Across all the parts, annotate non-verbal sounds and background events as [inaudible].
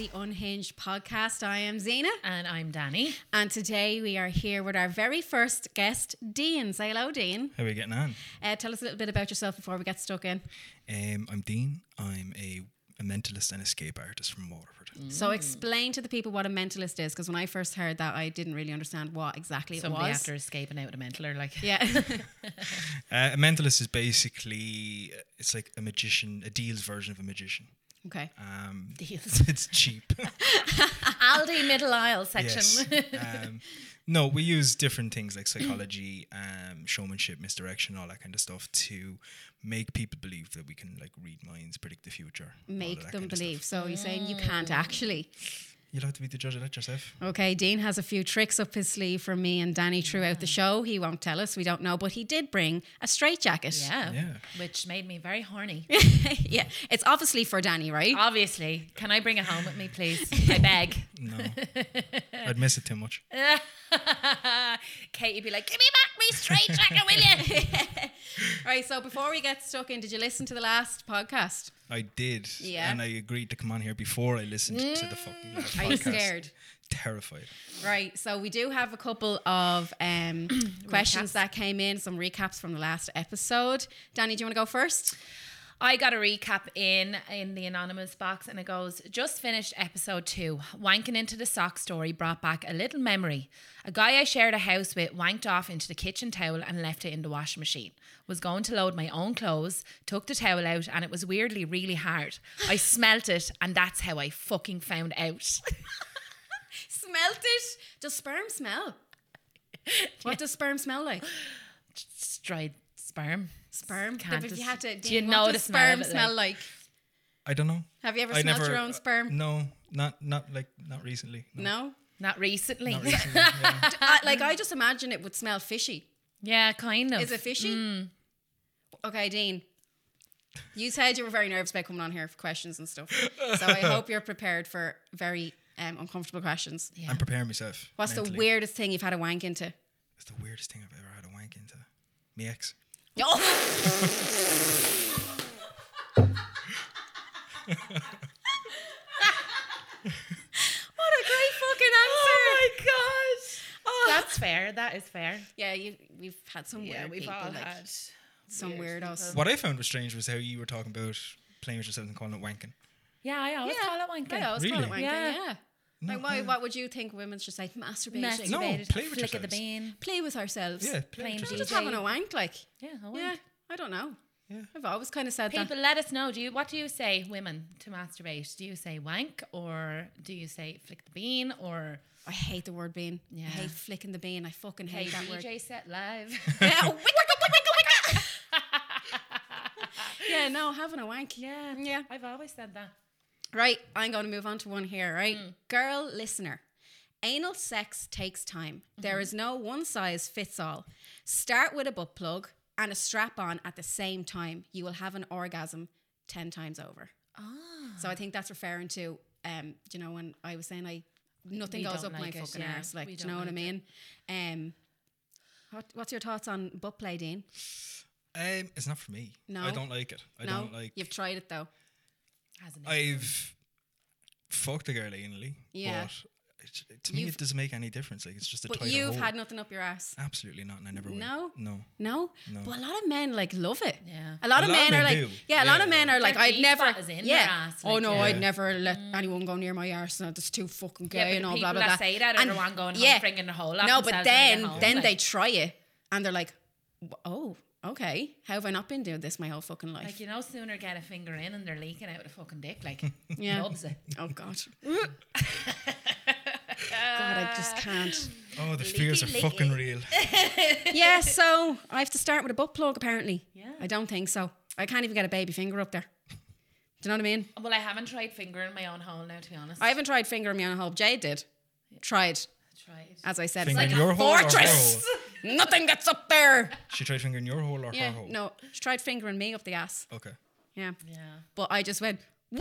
Age podcast. I am Zena, And I'm Danny. and today we are here with our very first guest, Dean. Say hello, Dean. How are we getting on? Uh, tell us a little bit about yourself before we get stuck in. Um, I'm Dean. I'm a, a mentalist and escape artist from Waterford. So, explain to the people what a mentalist is, because when I first heard that, I didn't really understand what exactly Somebody it was. after escaping out of mental or like [laughs] [laughs] Yeah, [laughs] Uh, a mentalist is basically uh, it's like a magician, a deals version of a magician. okay. Um, deals. [laughs] it's cheap. Aldi middle aisle yes. section. Um, no, we use different things like psychology, um, showmanship, misdirection, all that kind of stuff to make people believe that we can like read minds, predict the future, all of Make that them kind of stuff. believe. So, you're saying you can't actually. You'll have to be the judge of that yourself. Okay, Dean has a few tricks up his sleeve for me and Danny throughout the show. He won't tell us, we don't know, but he did bring a straitjacket. Yeah. Yeah. Which made me very horny. [laughs] yeah. It's obviously for Danny, right? Obviously. Can I bring it home with me, [laughs] please? I beg. [laughs] [laughs] No, I'd miss it too much. Katie be like, give me back me straight jacket, [laughs] will you? Right, so before we get stuck in, did you listen to the last podcast? I did. Yeah. Mm. And I agreed to come on here before I listened to the fucking last Are you podcast. scared? Terrified. Right, so we do have a couple of [clears throat] um, questions that came in, some recaps from the last episode. Danny, do you want to go first? I got a recap in in the anonymous box, and it goes: Just finished episode two. Wanking into the sock story brought back a little memory. A guy I shared a house with wanked off into the kitchen towel and left it in the washing machine. Was going to load my own clothes, took the towel out, and it was weirdly really hard. I smelt it, and that's how I fucking found out. [laughs] Smelt it. Does sperm smell? [laughs] What does sperm smell like? Dried sperm. Sperm. Can't if you just- had to, do you what know does the smell sperm of it, smell like? I don't know. Have you ever I smelled never- uh, your own sperm? No, not not like not recently. [laughs] No. No. Not recently. [laughs] Not recently. yeah. I, like I just imagine it would smell fishy. [laughs] yeah, kind of. Is it fishy? Mm. Okay, Dean. You said you were very nervous about coming on here for questions and stuff. So I hope you're prepared for very um, uncomfortable questions. I'm preparing myself. What's the mentally. weirdest thing you've had a wank [laughs] into? It's the weirdest thing I've ever had a wank into. Me ex. Oh, what a great fucking answer. Oh. Oh my gosh. That's fair. That is fair. Yeah, you, we've had some weird people, like some weirdos. What I found was strange was how you were talking about playing with yourself and calling it wanking. Yeah, I always call it wanking. I always call it Really? wanking, yeah. Yeah. Like, why, what would you think women should say? Masturbating. No, Masturbated, play with flick of the yourselves. bean. Play with ourselves. Yeah, play Plain with We're yourself. just DJ. having a wank, like. Yeah, I wank. Yeah, I don't know. Yeah. I've always kind of said that. People, let us know. Do you what do you say, women, to masturbate? Do you say wank or do you say flick the bean or I hate the word bean. Yeah. I hate flicking the bean. I fucking hey hate that word. DJ set live? [laughs] Yeah, oh, wicka, wicka, wicka, wicka. [laughs] yeah, no, having a wank. yeah, Yeah. I've always said that. Right, I'm going to move on to one here, right? Mm. Girl listener. Anal sex takes time. Mm-hmm. There is no one size fits all. Start with a butt plug and a strap on at the same time. You will have an orgasm 10 times over. So I think that's referring to, um, do you know, when I was saying I nothing We goes don't up like my it, fucking yeah. arse. Like, We do you know don't what I like mean? Um, what, what's your thoughts on butt play, Dean? Um, it's not for me. No? I don't like it. I no, don't like. you've tried it though. Hasn't it? I've fucked a girl anally. Yeah. But it, to me, You've- it doesn't make any difference. Like it's just a But tighter you've hole. had nothing up your ass. Absolutely not, and I never will. No? No. No? No. But a lot of men like love it. Yeah. A lot of men are like, do. yeah, a lot of Yeah. men are like, Their I'd G never, spot is in yeah. their ass, oh like, no, yeah. I'd never let anyone go near my arse. And it's too fucking gay yeah, but and the all blah people blah blah. that say that are and the one going home, yeah. bringing the whole lot. no, but then then they try it and they're like, w- oh, okay, how have I not been doing this my whole fucking life? like you know sooner get a finger in and they're leaking out the fucking dick like [laughs] Yeah. loves it. oh god, [laughs] God, I just can't. Oh, the fears are leaky. [laughs] fucking real. Yeah, so I have to start with a butt plug. Apparently, Yeah. I don't think so. I can't even get a baby finger up there. Do you know what I mean? Well, I haven't tried finger in my own hole now, to be honest. I haven't tried fingering me on a hole. Jade did. Tried, tried. as I said, it's like Finger in a your hole or her fortress. [laughs] Nothing gets up there. [laughs] She tried fingering your hole or Yeah, her hole? no, she tried fingering me up the ass. Okay. Yeah, Yeah. but I just went, "Woo!"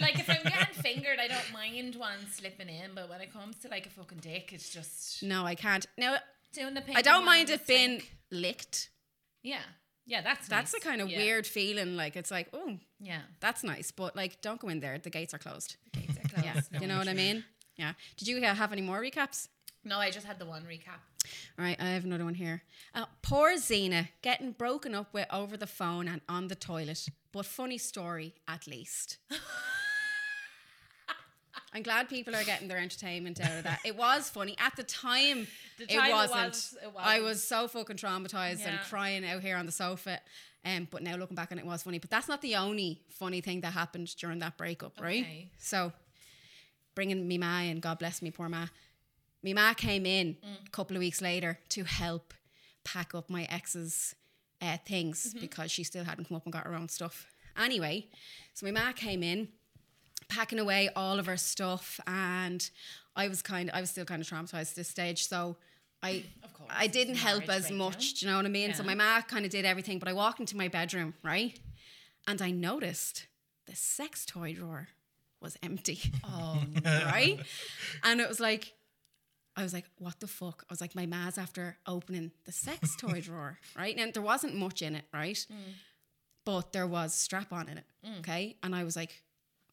like if I'm getting fingered, I don't mind one slipping in, but when it comes to like a fucking dick, it's just No, I can't. No, doing the. I don't mind it being licked. Yeah, yeah, that's That's nice. a kind of Yeah. weird feeling. Like it's like, oh, Yeah, that's nice, but like, don't go in there. The gates are closed. exactly. details. Yeah. No, Do you know what I sure. mean? Yeah. Did you uh, have any more recaps? No, I just had the one recap. All right, I have another one here. Uh, poor Xena getting broken up with over the phone and on the toilet, but funny story at least. I'm glad people are getting their entertainment out of that. It was funny at the time. The it, time it wasn't. was- it I wasn't. was so fucking traumatized and Yeah. crying out here on the sofa. Um, but now looking back on it, it was funny. But that's not the only funny thing that happened during that breakup, right? Okay. So bringing me ma and God bless me, poor ma. Me ma came in Mm. a couple of weeks later to help pack up my ex's uh, things Mm-hmm. because she still hadn't come up and got her own stuff. Anyway, so my ma came in packing away all of her stuff and I was kind of, I was still kind of traumatized at this stage. So I, Of course, I it's didn't a help marriage as breakdown. much. Do you know what I mean? So my Yeah. ma kind of did everything, but I walked into my bedroom, right? And I noticed the sex toy drawer was empty, Oh, [laughs] right? And it was like, I was like, what the fuck? I was like, my ma's after opening the sex toy drawer, right? And there wasn't much in it, right? But there was strap on in it, okay? And I was like,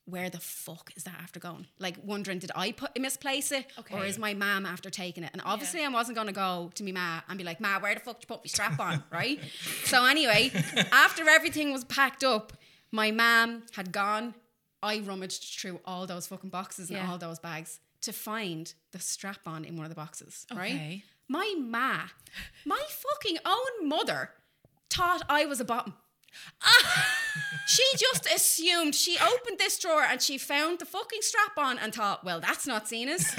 where the fuck is that after going? Like wondering, did I put misplace it, or Okay. is my mom after taking it? And obviously, I wasn't gonna go to me ma and be like, ma, where the fuck did you put my strap on, right? so anyway, after everything was packed up, my mom had gone. I rummaged through all those fucking boxes and Yeah. all those bags to find the strap on in one of the boxes, right? Okay. My ma, my fucking own mother, thought I was a bottom. She just assumed she opened this drawer and she found the fucking strap on and thought, well, that's not Zena's.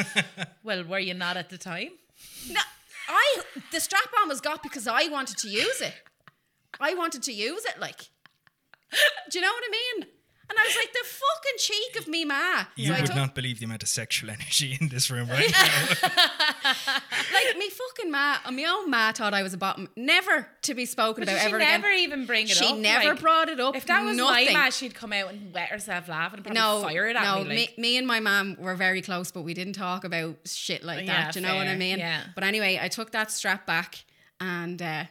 well, were you not at the time? no, I the strap on was got because I wanted to use it. I wanted to use it, like. Do you know what I mean? And I was like, the fucking cheek of me, ma. You So I would took- not believe the amount of sexual [laughs] energy in this room, [laughs] right? like me fucking ma, my own ma thought I was a bottom, never to be spoken But about she ever never again. even bring it She up. never like, brought it up. If that was nothing. my ma, she'd come out and wet herself laughing and probably no, fire it at no, me. Like, me, and my mom were very close, but we didn't talk about shit like Yeah, that. Do you know what I fair, mean? yeah. But anyway, I took that strap back, and uh,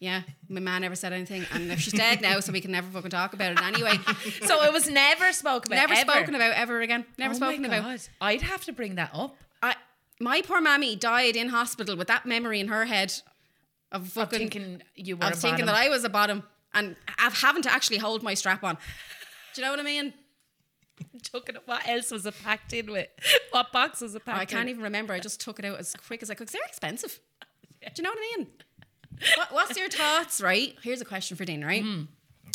yeah, my man never said anything. And if she's dead now, so we can never fucking talk about it [laughs] anyway. so it was never spoken about. never ever. spoken about ever again. Never Oh my spoken about. God. I'd have to bring that up. I, my poor mammy died in hospital with that memory in her head of fucking. Thinking you were. I was thinking that I was a bottom and of having to actually hold my strap on. Do you know what I mean? [laughs] took it. What else was it packed in with? What box was it packed? Oh, I can't in? even remember. I just took it out as quick as I could 'cause they're [laughs] expensive. Do you know what I mean? What, what's your thoughts, right? Here's a question for Dean, right?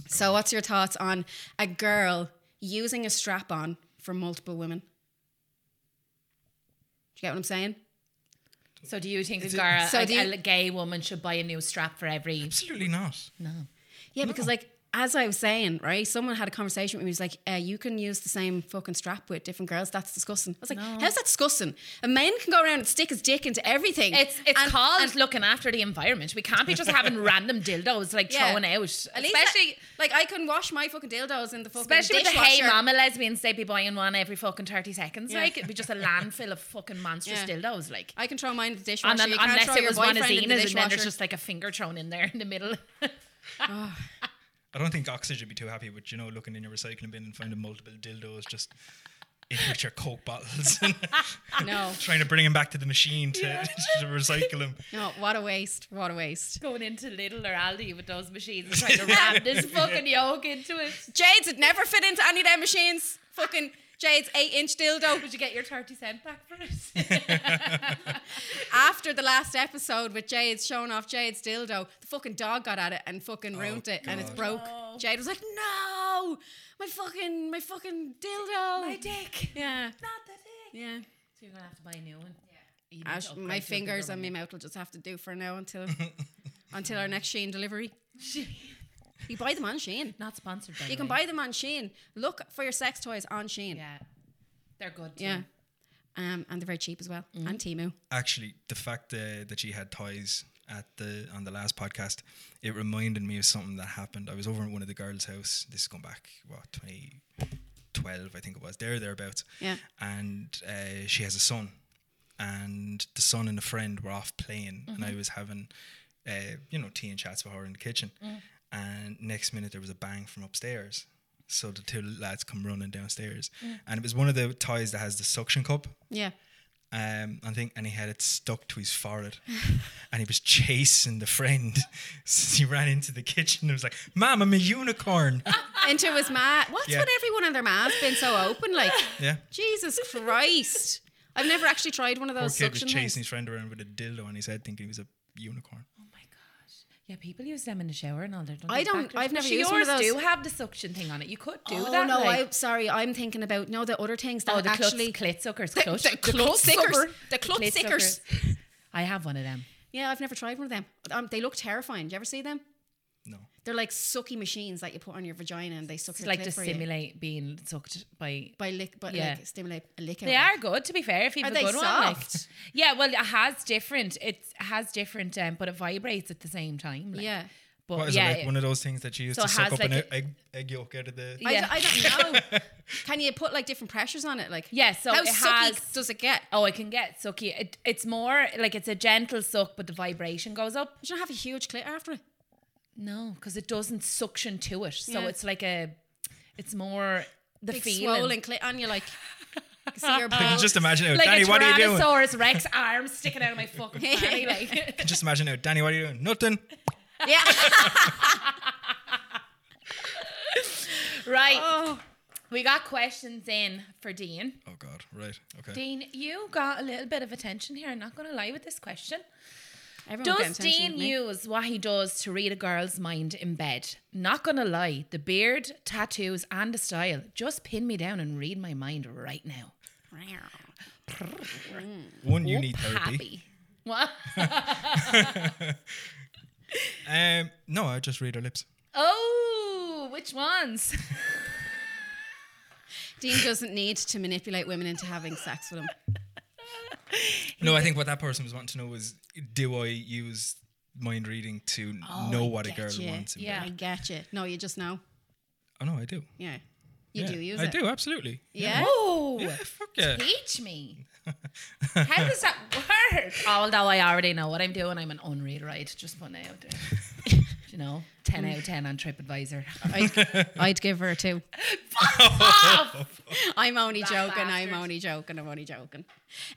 So, what's your thoughts on a girl using a strap on for multiple women? Do you get what I'm saying? So do you think a it- girl, So a, do you- a gay woman, should buy a new strap for every? Absolutely not. No. Yeah, because Oh. like as I was saying, right, someone had a conversation with me. He was like, uh, "You can use the same fucking strap with different girls. That's disgusting." I was like, "How's that disgusting? A man can go around and stick his dick into everything. It's it's And- called and- looking after the environment. We can't be [laughs] just having random dildos like Yeah. throwing At out, especially least I- like I can wash my fucking dildos in the fucking especially with the hey dishwasher. mama lesbians. They be buying one every fucking thirty seconds. [laughs] Yeah. Like it'd be just a landfill of fucking monstrous Yeah. dildos. Like. I can throw mine in the dishwasher. And then, you can't unless throw it your was one of boyfriend in the Zena's, and dishwasher. then there's just like a finger thrown in there in the middle. I don't think Oxygen would be too happy with, you know, looking in your recycling bin and finding multiple dildos just in with your Coke bottles [laughs] and no, trying to bring them back to the machine to, [laughs] to recycle them. no, what a waste! What a waste! Going into Lidl or Aldi with those machines and [laughs] trying to wrap this fucking yolk into it. Jades would never fit into any of their machines. Fucking Jades eight inch dildo. Would you get your 30 cent back for [laughs] it? after the last episode with Jade's showing off Jade's dildo, the fucking dog got at it and fucking ruined it and it's Oh, God. broke. No. Jade was like, "No, my fucking my fucking dildo." My dick. yeah, Not the dick. yeah. So you're going to have to buy a new one. Yeah. Ash, my fingers and my mouth will just have to do for now [laughs] until until our next Sheen delivery. You buy them on Sheen. [laughs] Not sponsored by You can buy them on Sheen. Look for your sex toys on Sheen. Yeah. Yeah. They're good. Too. Um, and they're very cheap as well. And Mm. Timu. Actually, the fact uh, that she had toys at the on the last podcast, it reminded me of something that happened. I was over at one of the girls' house. This is going back, what, 2012, I think it was. There, thereabouts. Yeah. and uh, she has a son, and the son and a friend were off playing, and I was having, uh, you know, tea and chats with her in the kitchen, and next minute there was a bang from upstairs, So the two lads come running downstairs, and it was one of the toys that has the suction cup. Yeah. Um, I think, and he had it stuck to his forehead, [laughs] and he was chasing the friend. [laughs] he ran into the kitchen and was like, "Mom, I'm [laughs] a unicorn." Into his [laughs] ma. What's Yeah. with everyone and their ma's been so open? Like, yeah. Jesus Christ. I've never actually tried one of Poor those kid was suction chasing things. his friend around with a dildo on his head, thinking he was a unicorn. Oh my gosh. Yeah, people use them in the shower and all their. I don't- I've never used yours one of those. do have the suction thing on it. You could do oh that. no! like- I'm sorry. I'm thinking about no the other things that oh, the actually actually clit suckers, The- clut- the clut suckers. sucker. The clut clit suckers. suckers. [laughs] I have one of them. Yeah, I've never tried one of them. Um, they look terrifying. Do you ever see them? No. They're like sucky machines that you put on your vagina and they suck It's your like clit to for you. simulate being sucked by. by lick, but Yeah. like stimulate a lick. They are good, to be fair. If you have Are a they good one, like- soft? yeah. Well, it has different. It has different, um, but it vibrates at the same time. like. Yeah. But What is yeah, it like? One of those things that you use So to it suck has up an like e- egg, egg yolk out of the. I, Yeah. I don't know. [laughs] Can you put like different pressures on it? Like Yeah, so how it sucky has- does it get? Oh, it can get sucky. It, it's more like it's a gentle suck, but the vibration goes up. Should I have a huge clit after it? No, because it doesn't suction to it. So Yeah. it's like a, it's more the Big feeling. swollen clit on you, like see your I ball. can just imagine it. Like Danny, a what are you doing? Tyrannosaurus Rex arm sticking out of my [laughs] fucking fanny. Like, Just imagine it. Danny, what are you doing? Nothing. yeah. [laughs] right. Oh. We got questions in for Dean. Oh God. Right. Okay. Dean, you got a little bit of attention here. I'm not going to lie with this question. Everyone getting Does attention Dean with me. use what he does to read a girl's mind in bed? Not gonna lie, the beard, tattoos, and the style. Just pin me down and read my mind right now. One, you Oh, need therapy. Pappy. What? Um, no, I just read her lips. Oh, which ones? Dean doesn't need to manipulate women into having sex with him. No, I think what that person was wanting to know was, do I use mind reading to know what a Oh, get girl you. wants? in Yeah. I get you. No, you just know. bed? Oh no, I do. Yeah. You Yeah, do use I it. do absolutely. Yeah. Oh, Yeah. Fuck yeah. teach me. How does that work? Although I already know what I'm doing, I'm an unread right. Just putting it out there. you know, ten out of ten on TripAdvisor. I'd, [laughs] I'd give her a two. Off! I'm only joking. I'm bastard. only joking. I'm only joking.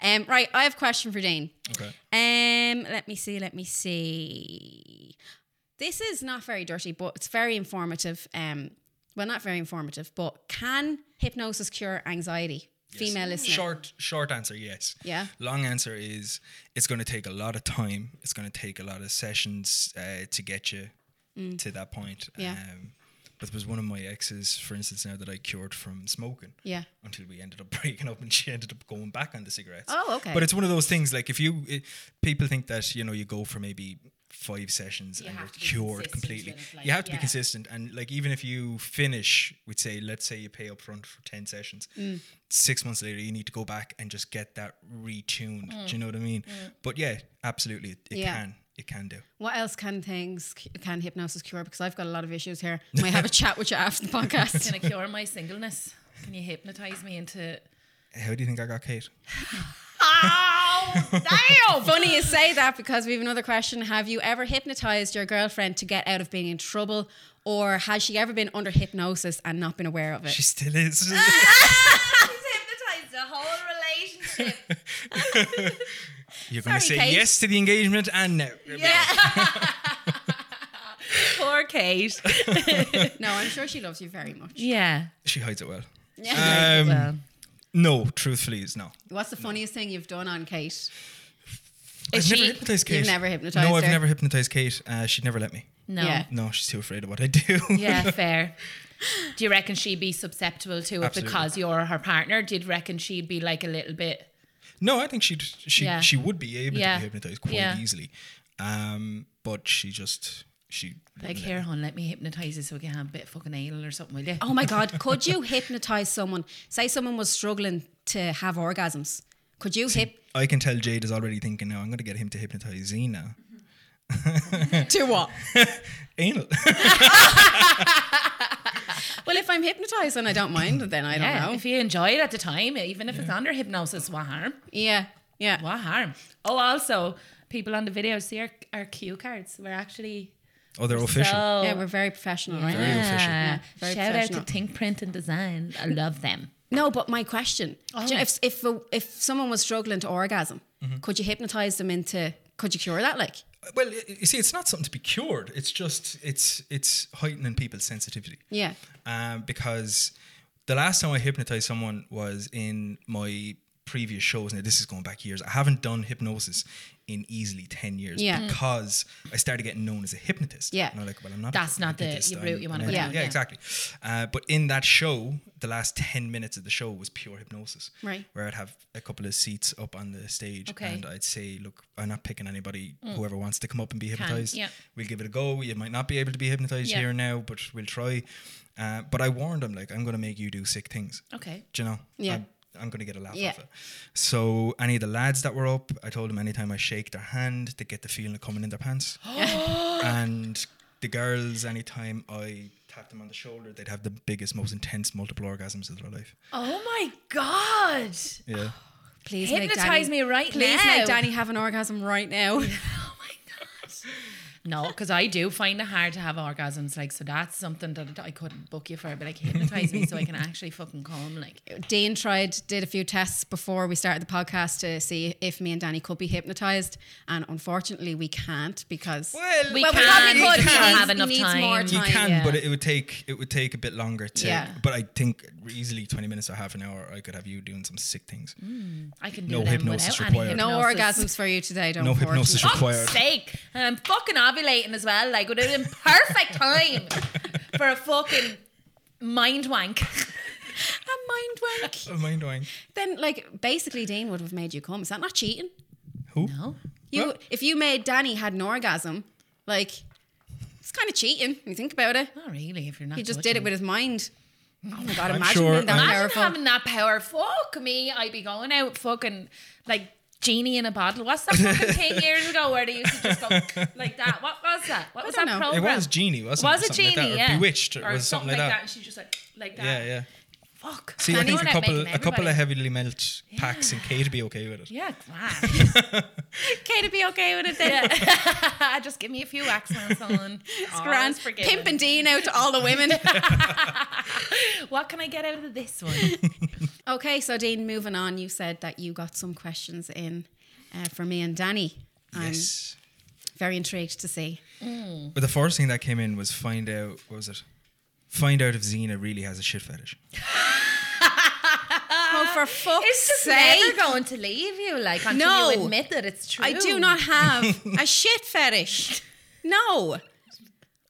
Um, right, I have a question for Dean. Okay. Um, let me see. Let me see. This is not very dirty, but it's very informative. Um, well, not very informative, but can hypnosis cure anxiety? Female listener. Short, short answer, yes. Yeah. Long answer is it's going to take a lot of time. It's going to take a lot of sessions uh, to get you to that point. Mm. Yeah. Um, but there was one of my exes, for instance, now that I cured from smoking. Yeah. Until we ended up [laughs] breaking up, and she ended up going back on the cigarettes. Oh, okay. But it's one of those things. Like if you, it, people think that you know you go for maybe five sessions and you're have to be cured consistent completely. with it, like, you have to yeah. be consistent, and like even if you finish, we'd say, let's say you pay up front for ten sessions, Mm. six months later you need to go back and just get that retuned. Mm. Do you know what I mean? But yeah, absolutely, it, it Yeah. can, it can do. What else can things can hypnosis cure? Because I've got a lot of issues here. Might have a chat with you after the podcast. Can I cure my singleness? Can you hypnotize me into? How do you think I got Kate? [laughs] Oh, [laughs] damn! Funny you say that because we have another question. Have you ever hypnotized your girlfriend to get out of being in trouble, or has she ever been under hypnosis and not been aware of it? She [laughs] still is. Ah, hypnotized the whole relationship. You're Sorry, going to say Kate. yes to the engagement and no. Poor Kate. no, I'm sure she loves you very much. Yeah. She hides it well. Uh, Yeah. Um, well, No, truthfully, it's no. What's the funniest thing you've done on Kate? Is I've she- never hypnotized Kate. You've never hypnotized No, I've her? never hypnotized Kate. Uh, she'd never let me. no. Yeah. Yeah. No, she's too afraid of what I do. fair. Do you reckon she'd be susceptible to it Absolutely. because you're her partner? Did you reckon she'd be like a little bit? [laughs] no, I think she'd she Yeah. she would be able Yeah. to be hypnotized quite Yeah. easily. Um, but she just she Like, let- here, hon, let me hypnotize you so we can have a bit of fucking anal or something, will you? Oh my God, could you hypnotize someone? Say someone was struggling to have orgasms. Could you hip I can tell Jade is already thinking now. I'm going to get him to hypnotize Zena. [laughs] to what? Anal. [laughs] Well, if I'm hypnotized and I don't mind, then I don't yeah. know. If you enjoy it at the time, even if it's under hypnosis, what harm? Yeah, yeah. What harm? Oh, also, people on the video see our, our cue cards. We're actually Oh, they're official. So- Yeah, we're very professional, right? Very official. Yeah. very Shout out to professional. Think Print and Design. I love them. No, but my question: do you Oh. know, if if a, if someone was struggling to orgasm, could you hypnotize them into? Could you cure that? Like, Well, y- you see, it's not something to be cured. It's just it's it's heightening people's sensitivity. yeah, um, because the last time I hypnotized someone was in my previous shows. Now this is going back years. I haven't done hypnosis in easily ten years Yeah. Mm. because I started getting known as a hypnotist. Yeah. And I'm like, well, I'm not. a That's not the hypnotist, route you I'm- wanna I'm go a- down, Yeah, yeah. exactly. Uh, but in that show, the last ten minutes of the show was pure hypnosis. Right. Where I'd have a couple of seats up on the stage, Okay. Mm. and I'd say, look, I'm not picking anybody. Whoever wants to come up and be hypnotized, yeah. we'll give it a go. You might not be able to be hypnotized Yeah. here and now, but we'll try. Uh, but I warned him, like, I'm going to make you do sick things. Okay. Do you know? Yeah. I'm, I'm going to get a laugh Yeah. off it. So, any of the lads that were up, I told them anytime I shake their hand, they get the feeling of coming in their [gasps] pants. [gasps] and the girls, anytime I tapped them on the shoulder, they'd have the biggest, most intense multiple orgasms of their life. Oh my God. Yeah. please Hypnotize me right Please now. make Danny have an orgasm right now. [laughs] Oh my God. No, because I do find it hard to have orgasms. Like, so that's something that I couldn't book you for. But like, hypnotize me so [laughs] I can actually fucking come. Like, Dean tried, did a few tests before we started the podcast to see if me and Danny could be hypnotized, and unfortunately, we can't because Well, We Well, can, probably we could, can but it have enough needs time. more You time. can, yeah. but it would take it would take a bit longer to. Yeah. But I think easily twenty minutes to half an hour, I could have you doing some sick things. Mm. I can do No them hypnosis without any required. no hypnosis. orgasms for you today. Don't No hypnosis Fuck's required. sake. And I'm fucking ovulating as well. Like, would have been perfect time for a fucking mind wank. mind wank. Oh, mind doing? Then, like, basically, Dean would have made you come. Is that not cheating? Who? No. You, Well- if you made Danny had an orgasm, like, it's kind of cheating when you think about it. Not really, if you're not. He just did it touching with his mind. Oh my god! I'm imagine sure- being that I'm- Imagine powerful. having that power. Fuck me. I'd be going out fucking like genie in a bottle. What's that fucking [laughs] thing years ago where they used to just go like that? What was that? What was that don't know. It It program? was Genie, wasn't it? Was Or it genie? something Like that, or yeah. Bewitched, or, Or was something like that. And she just like like that. Yeah, yeah. Fuck. See, I Anyone think a that couple, making a couple of everybody- heavily melt packs in K to be okay with it. Yeah, glad. [laughs] Kate would be okay with it then. [laughs] just give me a few accents [laughs] on. Grand pimping Dean out to all the women. [laughs] What can I get out of this one? okay, so Dean, moving on. You said that you got some questions in uh, for me and Danny. Yes. I'm very intrigued to see. But the first thing that came in was find out. What was it? Find out if Xena really has a shit fetish. oh, for fuck's [laughs] Uh, It's just sake! never going to leave you. Like, until No. you admit that it's true. I do not have [laughs] a shit fetish. No.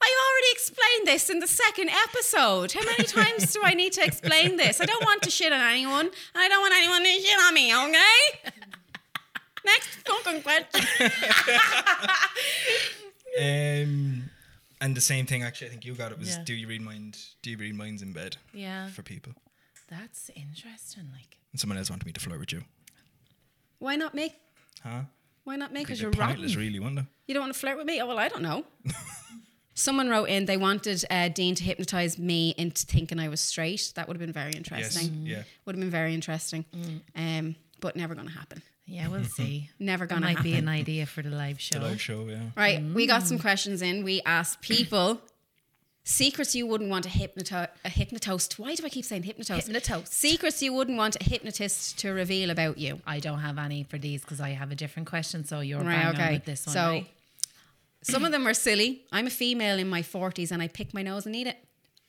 I already explained this in the second episode. How many times do I need to explain this? I don't want to shit on anyone, and I don't want anyone to shit on me, [laughs] okay? Next fucking question. Um, and the same thing. Actually, I think you got it. Was Yeah. do you read mind? Do you read minds in bed? Yeah. For people. That's interesting. Like, And someone else wanted me to flirt with you. Why not make Huh? why not make Be a it bit your pointless, really, wouldn't it? You don't want to flirt with me? Oh, well, I don't know. [laughs] Someone wrote in they wanted uh, Dean to hypnotize me into thinking I was straight. That would have been very Yes. interesting. Yeah. Would have been very interesting. Um, but never going to happen. yeah, [laughs] we'll see. Never That going to might happen. be an idea for the live show. Live show. Yeah. [laughs] Right, we Mm. got some questions in. We asked people secrets you wouldn't want a hypnoto a hypnotist. Why do I keep saying hypnotist? Hypnotist. Secrets you wouldn't want a hypnotist to reveal about you. I don't have any for these because I have a different question. So you're Right, bang on okay. with this one. so right? some of them are silly. I'm a female in my 40s and I pick my nose and eat it.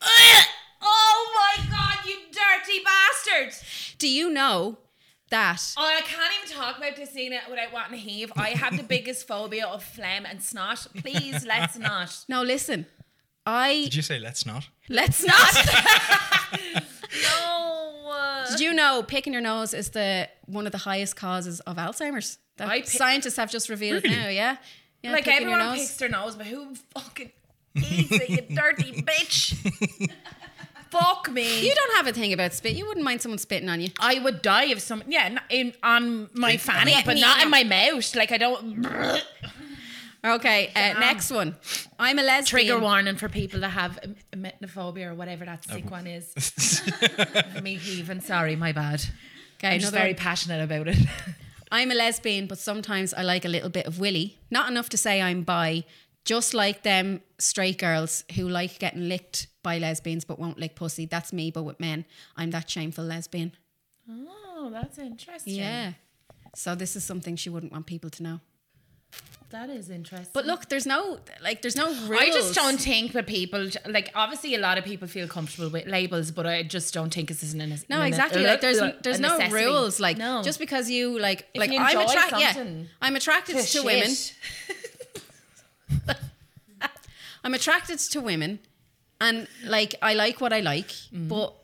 [laughs] Oh my God, you dirty bastard. Do you know that? Oh, I can't even talk about this Zena without wanting to heave. I have the [laughs] biggest phobia of phlegm and snot. Please, [laughs] let's not. No, listen. I Did you say let's not? [laughs] let's not. No. Did you know picking your nose is the one of the highest causes of Alzheimer's? That I pick- scientists have just revealed Really? now. Yeah, yeah like picking your everyone nose. picks their nose, but who fucking eats it, you dirty [laughs] bitch? Fuck me. You don't have a thing about spit. You wouldn't mind someone spitting on you. I would die if some yeah not in on my fanny, yeah, but me- not in my mouth. Like I don't Okay, uh, next one. I'm a lesbian. trigger warning for people that have emetophobia or whatever that sick one is. me heaving. Sorry, my bad. Okay, I'm just another. Very very passionate about it. I'm a lesbian, but sometimes I like a little bit of willy. Not enough to say I'm bi. Just like them straight girls who like getting licked by lesbians but won't lick pussy. That's me, but with men. I'm that shameful lesbian. Oh, that's interesting. Yeah. So this is something she wouldn't want people to know. That is interesting. But look, there's no like there's no rules. I just don't think that people like. Obviously, a lot of people feel comfortable with labels, but I just don't think this is an nece- No, a ne- exactly. Like there's a there's no necessity. rules. Like No. just because you like like you I'm enjoy attracted. Yeah, something I'm attracted to, Shit. women. I'm attracted to women, and like I like what I like, but.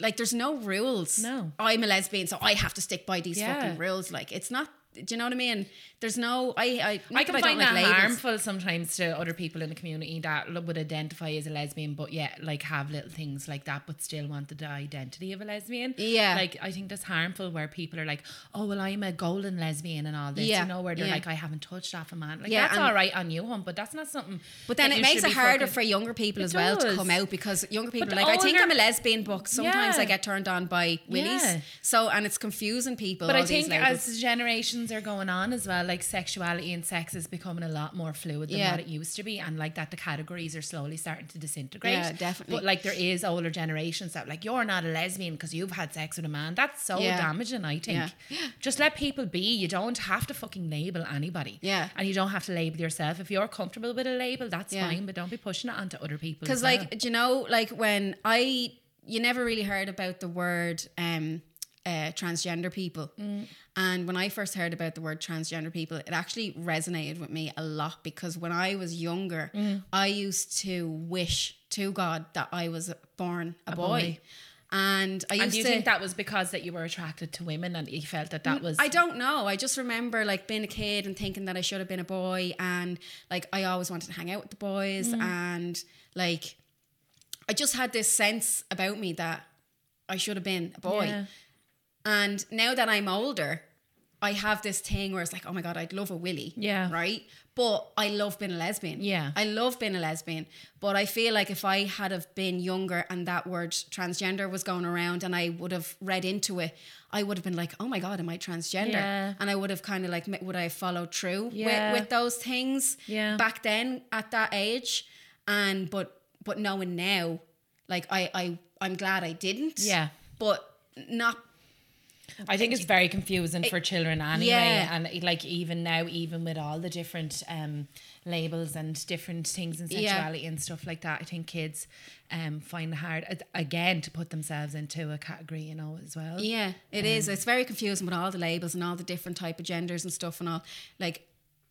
Like there's no rules. Mm. No. I'm a lesbian, so I have to stick by these Yeah. fucking rules. Like it's not. Do you know what I mean? There's no. I. I, not I can that find I that don't like labels. harmful sometimes to other people in the community that lo- would identify as a lesbian, but yet like have little things like that, but still want the identity of a lesbian. Yeah. like I think that's harmful where people are like, "Oh well, I'm a golden lesbian and all this," Yeah, you know, where they're yeah. like, "I haven't touched off a man." Like Yeah, that's and- all right on you, hon, but that's not something. But then that it you makes should it be harder fucking- for younger people It as well to does. come out because younger people But are like, I think older- I'm a lesbian, but sometimes I Yeah. get turned on by willies. Yeah. So and it's confusing people. But I all these think labels. as generations are going on as well, like sexuality and sex is becoming a lot more fluid than Yeah. what it used to be, and like that the categories are slowly starting to disintegrate. Yeah, definitely. But like there is older generations that like you're not a lesbian because you've had sex with a man. That's so Yeah. damaging. I think. [gasps] Just let people be. You don't have to fucking label anybody. Yeah. And you don't have to label yourself. If you're comfortable with a label, that's Yeah. fine. But don't be pushing it onto other people. because as well. like do you know like when I you never really heard about the word um uh, transgender people. Mm. And when I first heard about the word transgender people, it actually resonated with me a lot because when I was younger, Mm. I used to wish to God that I was born a, boy. boy. And I used and do you to Mm, think that was because that you were attracted to women and you felt that that was I don't know. I just remember like being a kid and thinking that I should have been a boy, and like I always wanted to hang out with the boys, Mm. and like I just had this sense about me that I should have been a boy. Yeah. And now that I'm older, I have this thing where it's like, oh my god, I'd love a willy, Yeah. right. But I love being a lesbian. Yeah. I love being a lesbian. But I feel like if I had have been younger and that word transgender was going around and I would have read into it, I would have been like, oh my god, am I transgender? Yeah. And I would have kind of like, m- would I have followed through Yeah. with, with those things Yeah. back then at that age? And but but knowing now, like I I I'm glad I didn't. Yeah. But not I think it's very confusing for children anyway, yeah. and it- like even now, even with all the different um, labels and different things and Yeah. sexuality and stuff like that, I think kids um, find it hard a- again to put themselves into a category, you know, as well. Yeah, it Um, is. It's very confusing with all the labels and all the different type of genders and stuff and all. Like,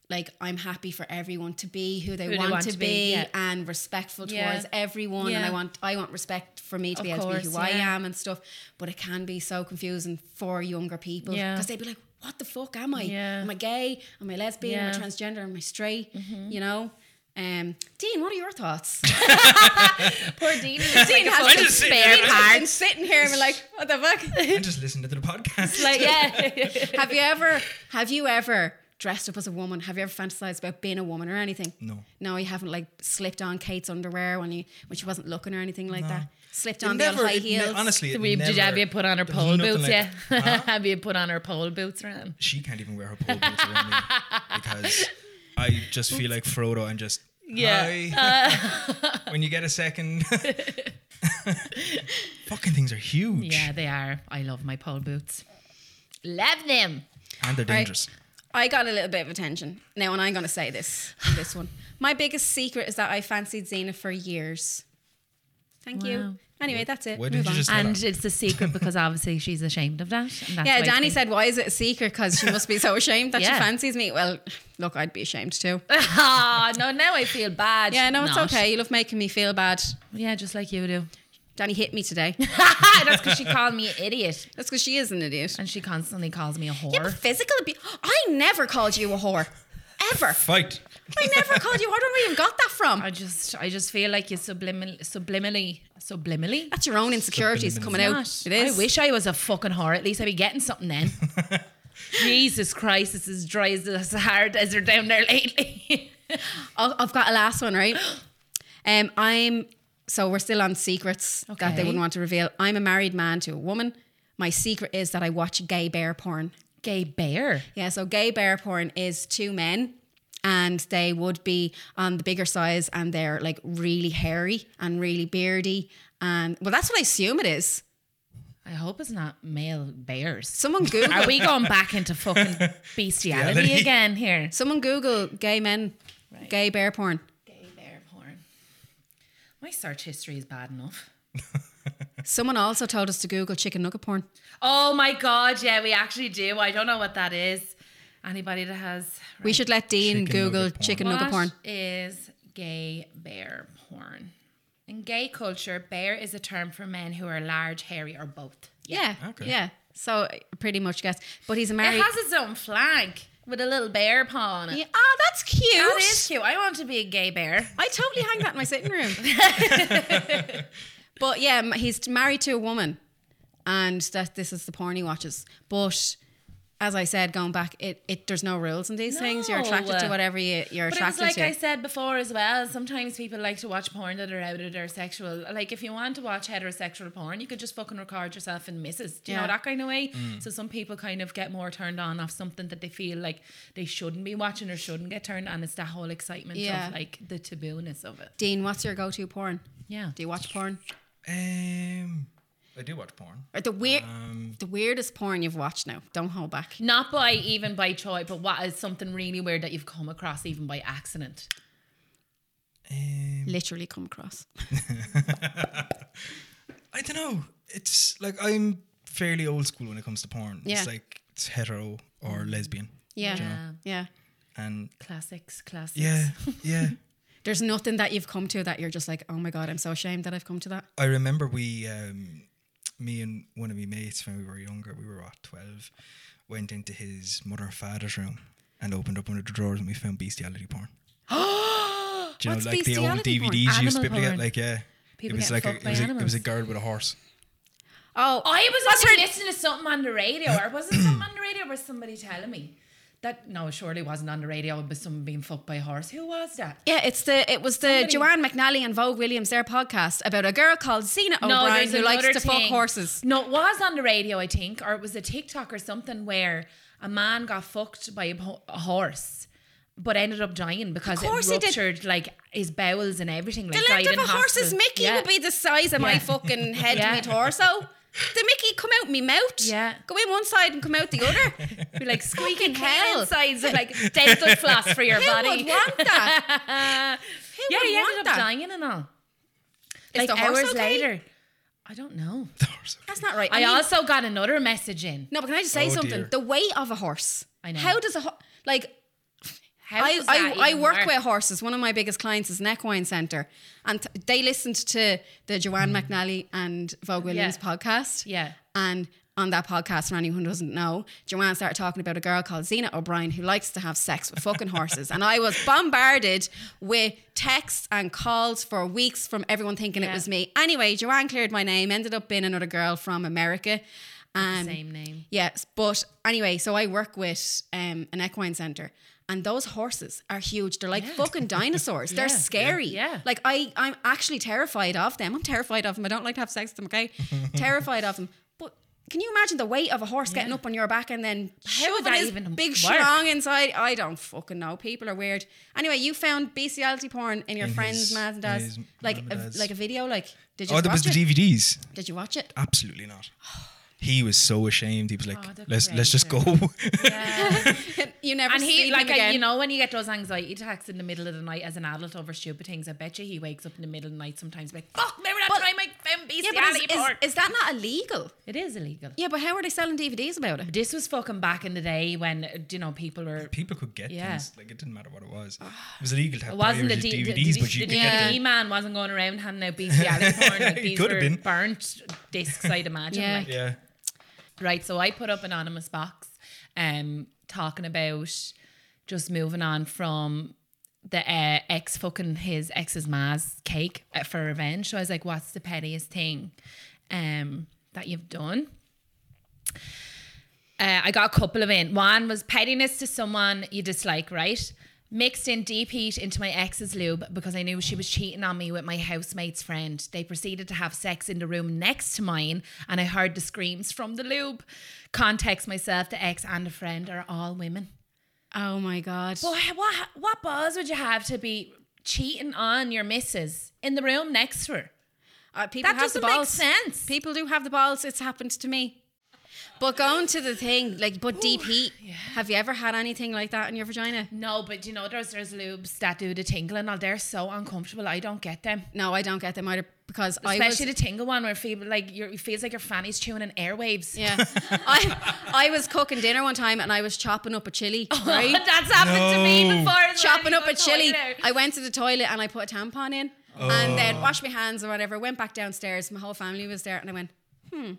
like I'm happy for everyone to be who they, want, to, be, yeah. and respectful Yeah. towards everyone. And I Yeah. want I want respect for me to Of be able to be course, who I yeah. am and stuff. But it can be so confusing for younger people because Yeah. they'd be like, "What the fuck am I? Yeah. Am I gay? Am I lesbian? Am I Yeah. Mm-hmm. transgender? Am I straight? You know." Um, Dean, what are your thoughts? Poor [laughs] Dean. Dean has I been just sit spare here and- parts and sitting here and be like, "What the fuck?" I just listen to the [laughs] podcast. like, [laughs] yeah. have you ever have you ever dressed up as a woman? Have you ever fantasized about being a woman or anything? No. No, you haven't like slipped on Kate's underwear when you when she wasn't looking or anything like that. Slipped on the [laughs] Never, old high it ne- heels. honestly, it We, never, did you have you put on her there was pole nothing boots? like yeah. that. Huh? [laughs] have you put on her pole boots around? she can't even wear her pole boots [laughs] around me because I just feel like Frodo and just Yeah. [laughs] "Hi." when you get a second. [laughs] Fucking things are huge Yeah, they are. I love my pole boots. Love them. and they're dangerous. I got a little bit of attention. Now and I'm gonna say this on this one. My biggest secret is that I fancied Xena for years. Thank Wow. you. Anyway, that's it. Why Move didn't you on. just tell And her? it's a [laughs] secret because obviously she's ashamed of that. and that's yeah, why Danny it's [laughs] said, "Why is it a secret? Because she must be so ashamed that Yeah. she fancies me." Well, look, I'd be ashamed [laughs] too. oh, no, now I feel bad. Yeah, no, it's Not. okay. You love making me feel bad. Yeah, just like you do. Danny hit me today. [laughs] That's because she called me an idiot. That's because she is an idiot. And she constantly calls me a whore. Yeah, but physical abuse. I never called you a whore. Ever. Fight. I never called you a whore. I don't know where you got that from. I just I just feel like you're subliminally subliminally subliminally. That's your own insecurities coming out. Not. It is. I wish I was a fucking whore. At least I'd be getting something [laughs] then. Jesus Christ, it's as dry as the Sahara Desert down there lately. I'll- I've got a last one, right? [gasps] Um, I'm. So we're still on secrets that they Okay. wouldn't want to reveal. I'm a married man to a woman. My secret is that I watch gay bear porn. Gay bear. Yeah, so gay bear porn is two men and they would be on the bigger size and they're like really hairy and really beardy. And well, that's what I assume it is. I hope it's not male bears. Someone Google. [laughs] Are we going back into [laughs] fucking bestiality Bestiality. again here? someone Google gay men, Right. gay bear porn. Gay bear porn. My search history is bad enough. Someone also told us to Google chicken nugget porn. Oh my god, yeah, we actually do. I don't know what that is. Anybody that has We should let Dean Chicken Google nugget porn. chicken What nugget porn. is gay bear porn? In gay culture, bear is a term for men who are large, hairy, or both. Yeah. Okay. Yeah. So I pretty much guess. But he's a It married. has its own flag with a little bear paw on it. Yeah. [laughs] Oh, that's cute. That is cute. I want to be a gay bear. I totally hang that in my [laughs] sitting room. but yeah, m- he's married to a woman, and that this is the porn he watches. But as I said, going back, it, it there's no rules in these things. You're attracted to No. whatever you, you're But it's attracted like to. I said before as well. Sometimes people like to watch porn that are out of their sexual. Like if you want to watch heterosexual porn, you could just fucking record yourself in misses. Do you Yeah. know that kind of way? So some people kind of get more turned on off something that they feel like they shouldn't be watching or shouldn't get turned on. It's that whole excitement Yeah. of like the tabooness of it. Dean, what's your go-to porn? Yeah. Do you watch porn? Um, I do watch porn. Or the weird, the weirdest porn you've watched now? Don't hold back. Not by even by choice, but what is something really weird that you've come across even by accident? Um, Literally come across. I don't know. It's like I'm fairly old school when it comes to porn. Yeah. Mm. It's like it's hetero or lesbian, Yeah. Yeah. Yeah. and Classics, classics. yeah, [laughs] yeah. There's nothing that you've come to that you're just like, oh my god, I'm so ashamed that I've come to that. I remember we, um, me and one of my mates when we were younger, we were at 12, went into his mother and father's room and opened up one of the drawers and we found bestiality porn. Do you [gasps] What's know, like the old bestiality porn? DVDs you used Animal to be able to get, porn. like, yeah. People it was getting like fucked a, by it, was a, it was a animals. girl with a horse. [laughs] Oh, I was What's actually her- listening to something on the radio, or was it something on the radio? Or was somebody telling me that? No, it surely wasn't on the radio. It was someone being fucked by a horse. Who was that? Yeah, it's the it was the Joanne McNally and Vogue Williams their podcast about a girl called Zena O'Brien there's who likes to another fuck thing. horses. No, it was on the radio, I think, or it was a TikTok or something where a man got fucked by a, po- a horse. But ended up dying because it course he did. ruptured like his bowels and everything. The Like length of died in a horse's hospital. Mickey Yeah. would be the size of my Yeah. fucking head Yeah. and my torso. The Mickey come out me mouth. Yeah. Go in one side and come out the [laughs] other. Be like squeaking hell. hell sides of like dental floss for [laughs] your Who body. would want that? [laughs] Who yeah, would he want ended up that? dying and all. Is like the horse hours okay? later. I don't know. The horse. That's not right. I mean- also got another message in. No, but can I just say Oh, something? dear. The weight of a horse. I know. How does a ho- like How I, does that I, I even work with horses. One of my biggest clients is an equine centre, and th- they listened to the Joanne Hmm. McNally and Vogue Williams Yeah. podcast. Yeah. And on that podcast, for anyone who doesn't know, Joanne started talking about a girl called Zena O'Brien who likes to have sex with fucking horses. And I was bombarded with texts and calls for weeks from everyone thinking it Yeah. was me. Anyway, Joanne cleared my name, ended up being another girl from America. Um, And Same name. Yes, but anyway, so I work with um, an equine center, and those horses are huge. They're like fucking [laughs] dinosaurs. They're Yeah. scary. Yeah. Like I, I'm actually terrified of them. I'm terrified of them. I don't like to have sex with them. [laughs] Okay, terrified of them. But can you imagine the weight of a horse getting up on your back and then How would shoving that his even big work? schlong inside? I don't fucking know. People are weird. Anyway, you found bestiality porn in your In friends' his- ma's and in dad's, his like mum a, and dad's. like a video. Like did you? Oh, watch there was the it? DVDs. did you watch it? [laughs] Absolutely not. He was so ashamed. He was like, Oh, they're let's let's just go. You never. And seen he him like I, again. you know when you get those anxiety attacks in the middle of the night as an adult over stupid things, I bet you he wakes up in the middle of the night sometimes like, fuck, remember that But- time I found Yeah, but is, bestiality is, porn. is that not illegal? It is illegal. Yeah, but how are they selling DVDs about it? This was fucking back in the day when uh, you know people were [laughs] People could get Yeah. things. Like, it didn't matter what it was. It was illegal to have It wasn't the D- pirated DVDs, the, the, but you the, could Yeah. get DVD man wasn't going around handing out bestiality [laughs] porn. Like It these could have were been. burnt discs, I'd imagine. Yeah. Like. Yeah. Right, so I put up an anonymous box um, talking about just moving on from the uh, ex fucking his ex's ma's cake uh, for revenge. So I was like, what's the pettiest thing um, that you've done? Uh, I got a couple of in. One was pettiness to someone you dislike, right? Mixed in deep heat into my ex's lube because I knew she was cheating on me with my housemate's friend. They proceeded to have sex in the room next to mine, and I heard the screams from the lube. Context myself, the ex and the friend are all women. Oh my god. But h- what what balls would you have to be cheating on your missus in the room next to her? Uh, people That have the doesn't balls. make sense. People do have the balls. It's happened to me. But going to the thing, like, but deep heat. Have you ever had anything like that in your vagina? no, but you know there's there's lubes that do the tingling. Oh, they're so uncomfortable. I don't get them. No, I don't get them either because I was Especially the tingle one where it feel like you're, it feels like your fanny's chewing in airwaves. Yeah. I I was cooking dinner one time and I was chopping up a [laughs] chili, right? [laughs] That's happened to me No. before. as well. chopping You up go a chili. toilet. I went to the toilet and I put a tampon in and then washed my hands or whatever, went back downstairs, my whole family was there and I went, hmm.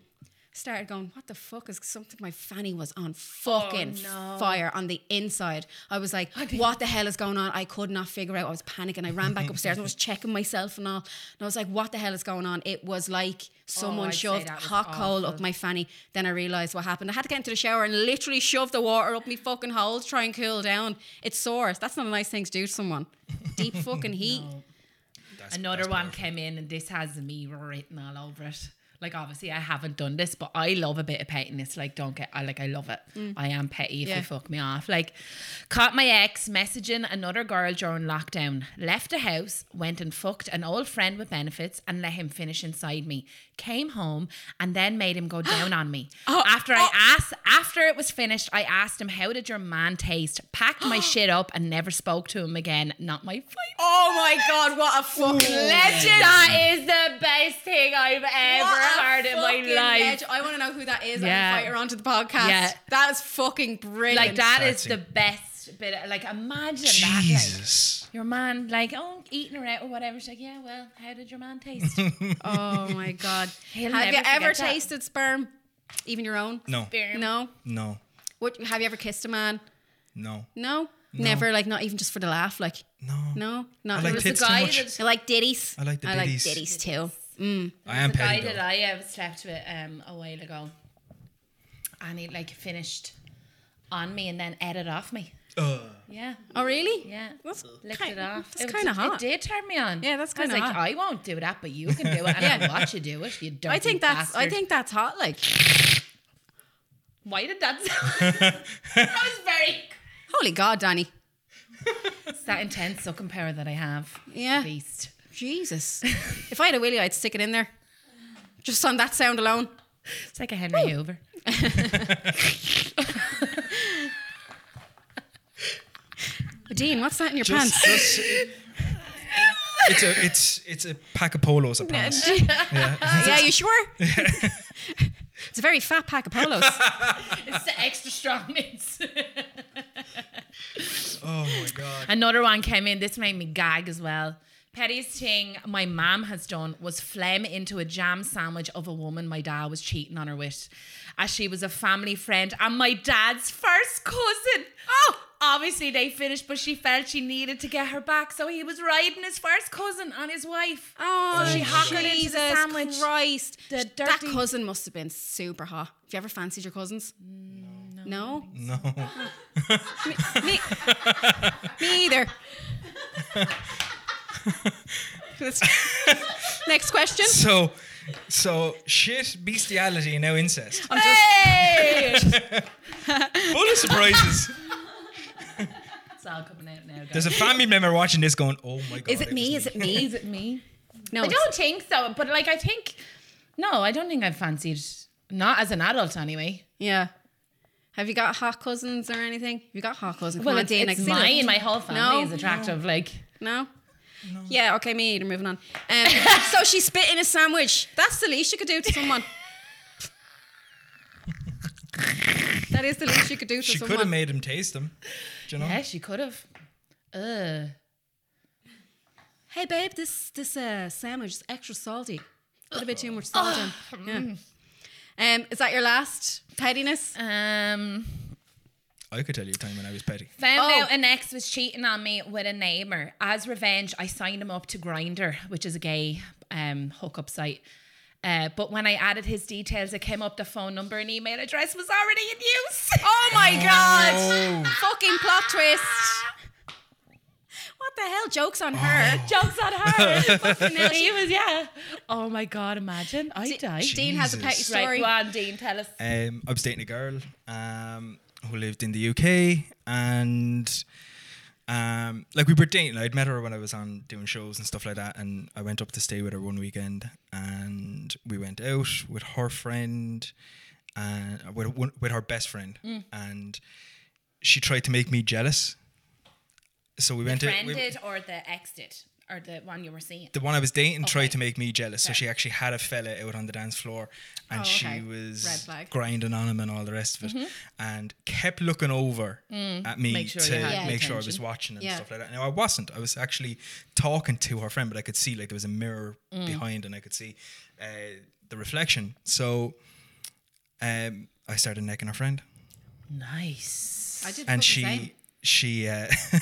Started going, what the fuck is something? My fanny was on fucking Oh, no. fire on the inside. I was like, what the hell is going on? I could not figure out. I was panicking. I ran back upstairs and was checking myself and all. And I was like, what the hell is going on? It was like someone I'd say shoved that was hot coal awful. up my fanny. Then I realised what happened. I had to get into the shower and literally shove the water up my fucking hole to try and cool down. It's sore. That's not a nice thing to do to someone. [laughs] Deep fucking heat. That's- Another that's one powerful. came in and this has me written all over it. Like obviously I haven't done this, but I love a bit of pettiness. Like don't get I like I love it. Mm. I am petty if Yeah. you fuck me off. Like caught my ex messaging another girl during lockdown. Left the house, went and fucked an old friend with benefits and let him finish inside me. Came home and then made [gasps] him go down on me. Oh, after I asked after it was finished, I asked him, How did your man taste? Packed [gasps] my shit up and never spoke to him again. Not my fight. Oh my god, what a fucking Legend. That is the best thing I've ever heard in my life. I want to know who that is. Yeah. I invite her onto the podcast. Yeah. That is fucking brilliant. Like that is Fancy. the best bit. Of, like imagine that. Like, Jesus. your man, like, oh, eating her out or whatever. She's like, yeah, well, how did your man [laughs] taste? Oh my god. [laughs] He'll have you never ever forget that. tasted sperm? Even your own? No. Sperm. No. No. What have you ever kissed a man? No. No? Never, like not even just for the laugh, like No. no, not I like was the tits too guy much. that- I like ditties. I like the I like ditties. ditties too. I am the guy petty. that though. I uh, slept with um, a while ago, and he like finished on me and then ate it off me. Ugh. Yeah, Oh really? yeah. That's Licked kind, it off. That's It kind of did- It hot. did turn me on. Yeah, that's kinda I was like, hot. I won't do that, but you can [laughs] do it, and I'll watch you do it. You don't. I think that's I think that's hot. Like Why did that sound? [laughs] that Uh. was very. holy god, Danny. It's that intense sucking power that I have. Yeah. Beast. [laughs] Jesus. [laughs] if I had a willy, I'd stick it in there. Just on that sound alone. It's like a Henry Hoover. Dean, what's that in your Just- pants? just- it's a it's it's a pack of polos, I [laughs] [laughs] promise. yeah, you [laughs] sure? it's a very fat pack of polos. It's the extra strong mints. Oh my god. [laughs] Another one came in. This made me gag as well. Pettiest thing my mom has done was phlegm into a jam sandwich of a woman my dad was cheating on her with, as she was a family friend and my dad's first cousin. Oh, obviously they finished, but she felt she needed to get her back, so he was riding his first cousin and his wife. Oh, So she hockered into the Jesus sandwich. Christ. The that dirty- cousin must have been super hot. Have you ever fancied your cousins? No. No? No. [laughs] Me, me either. [laughs] Next question. So so shit, bestiality, and [laughs] now incest. I'm just, Hey! Full of surprises. it's all coming out now, guys. There's a family member watching this going, "Oh my god." is it me? Is it me? Is it me? [laughs] No. I it's- don't think so, but like I think, no, I don't think I've fancied, not as an adult anyway. Yeah. Have you got hot cousins or anything? Have you got hot cousins? Come on, it's, Dana, it's 'cause you know- mine. My whole family No. is attractive. Like No? Yeah, okay, me either. Moving on. Um, so she spit in a sandwich. That's the least you could do to someone. that is the least you could do to She could have someone. made him taste them. Do you know? yeah, she could have. Ugh. hey, babe, this this uh, sandwich is extra salty. Put a bit too much salt in. Yeah. Um, is that your last pettiness? Um, I could tell you a time when I was petty. found Oh. out an ex was cheating on me with a neighbor. As revenge, I signed him up to Grinder, which is a gay um hookup site. Uh, but when I added his details, it came up the phone number and email address was already in use. Oh my god! Oh. Fucking plot twist. What the hell? Jokes on her. Jokes on her. [laughs] Fucking hell, he she- was, yeah. Oh my God, imagine. I died. Dean has a petty Jesus. story. Uh, Right, go on, Dean, tell us. Um, I was dating a girl. Um, who lived in the UK, and um, like we were dating. I'd met her when I was on doing shows and stuff like that, and I went up to stay with her one weekend, and we went out with her friend, and uh, with one- with her best friend, Mm. and she tried to make me jealous. So we went out. Friend we- did or the ex did or the one you were seeing. the one I was dating Okay. tried to make me jealous. So Okay. she actually had a fella out on the dance floor and Oh, okay. she Red was flag. grinding on him and all the rest of it and kept looking over at me Mm-hmm. Mm. Make sure to you had make sure I was attention. watching and Yeah. stuff like that. Now I wasn't. I was actually talking to her friend, but I could see like there was a mirror Mm. behind and I could see uh, the reflection. So um, I started necking her friend Nice. I did and fucking she same. she uh, [laughs]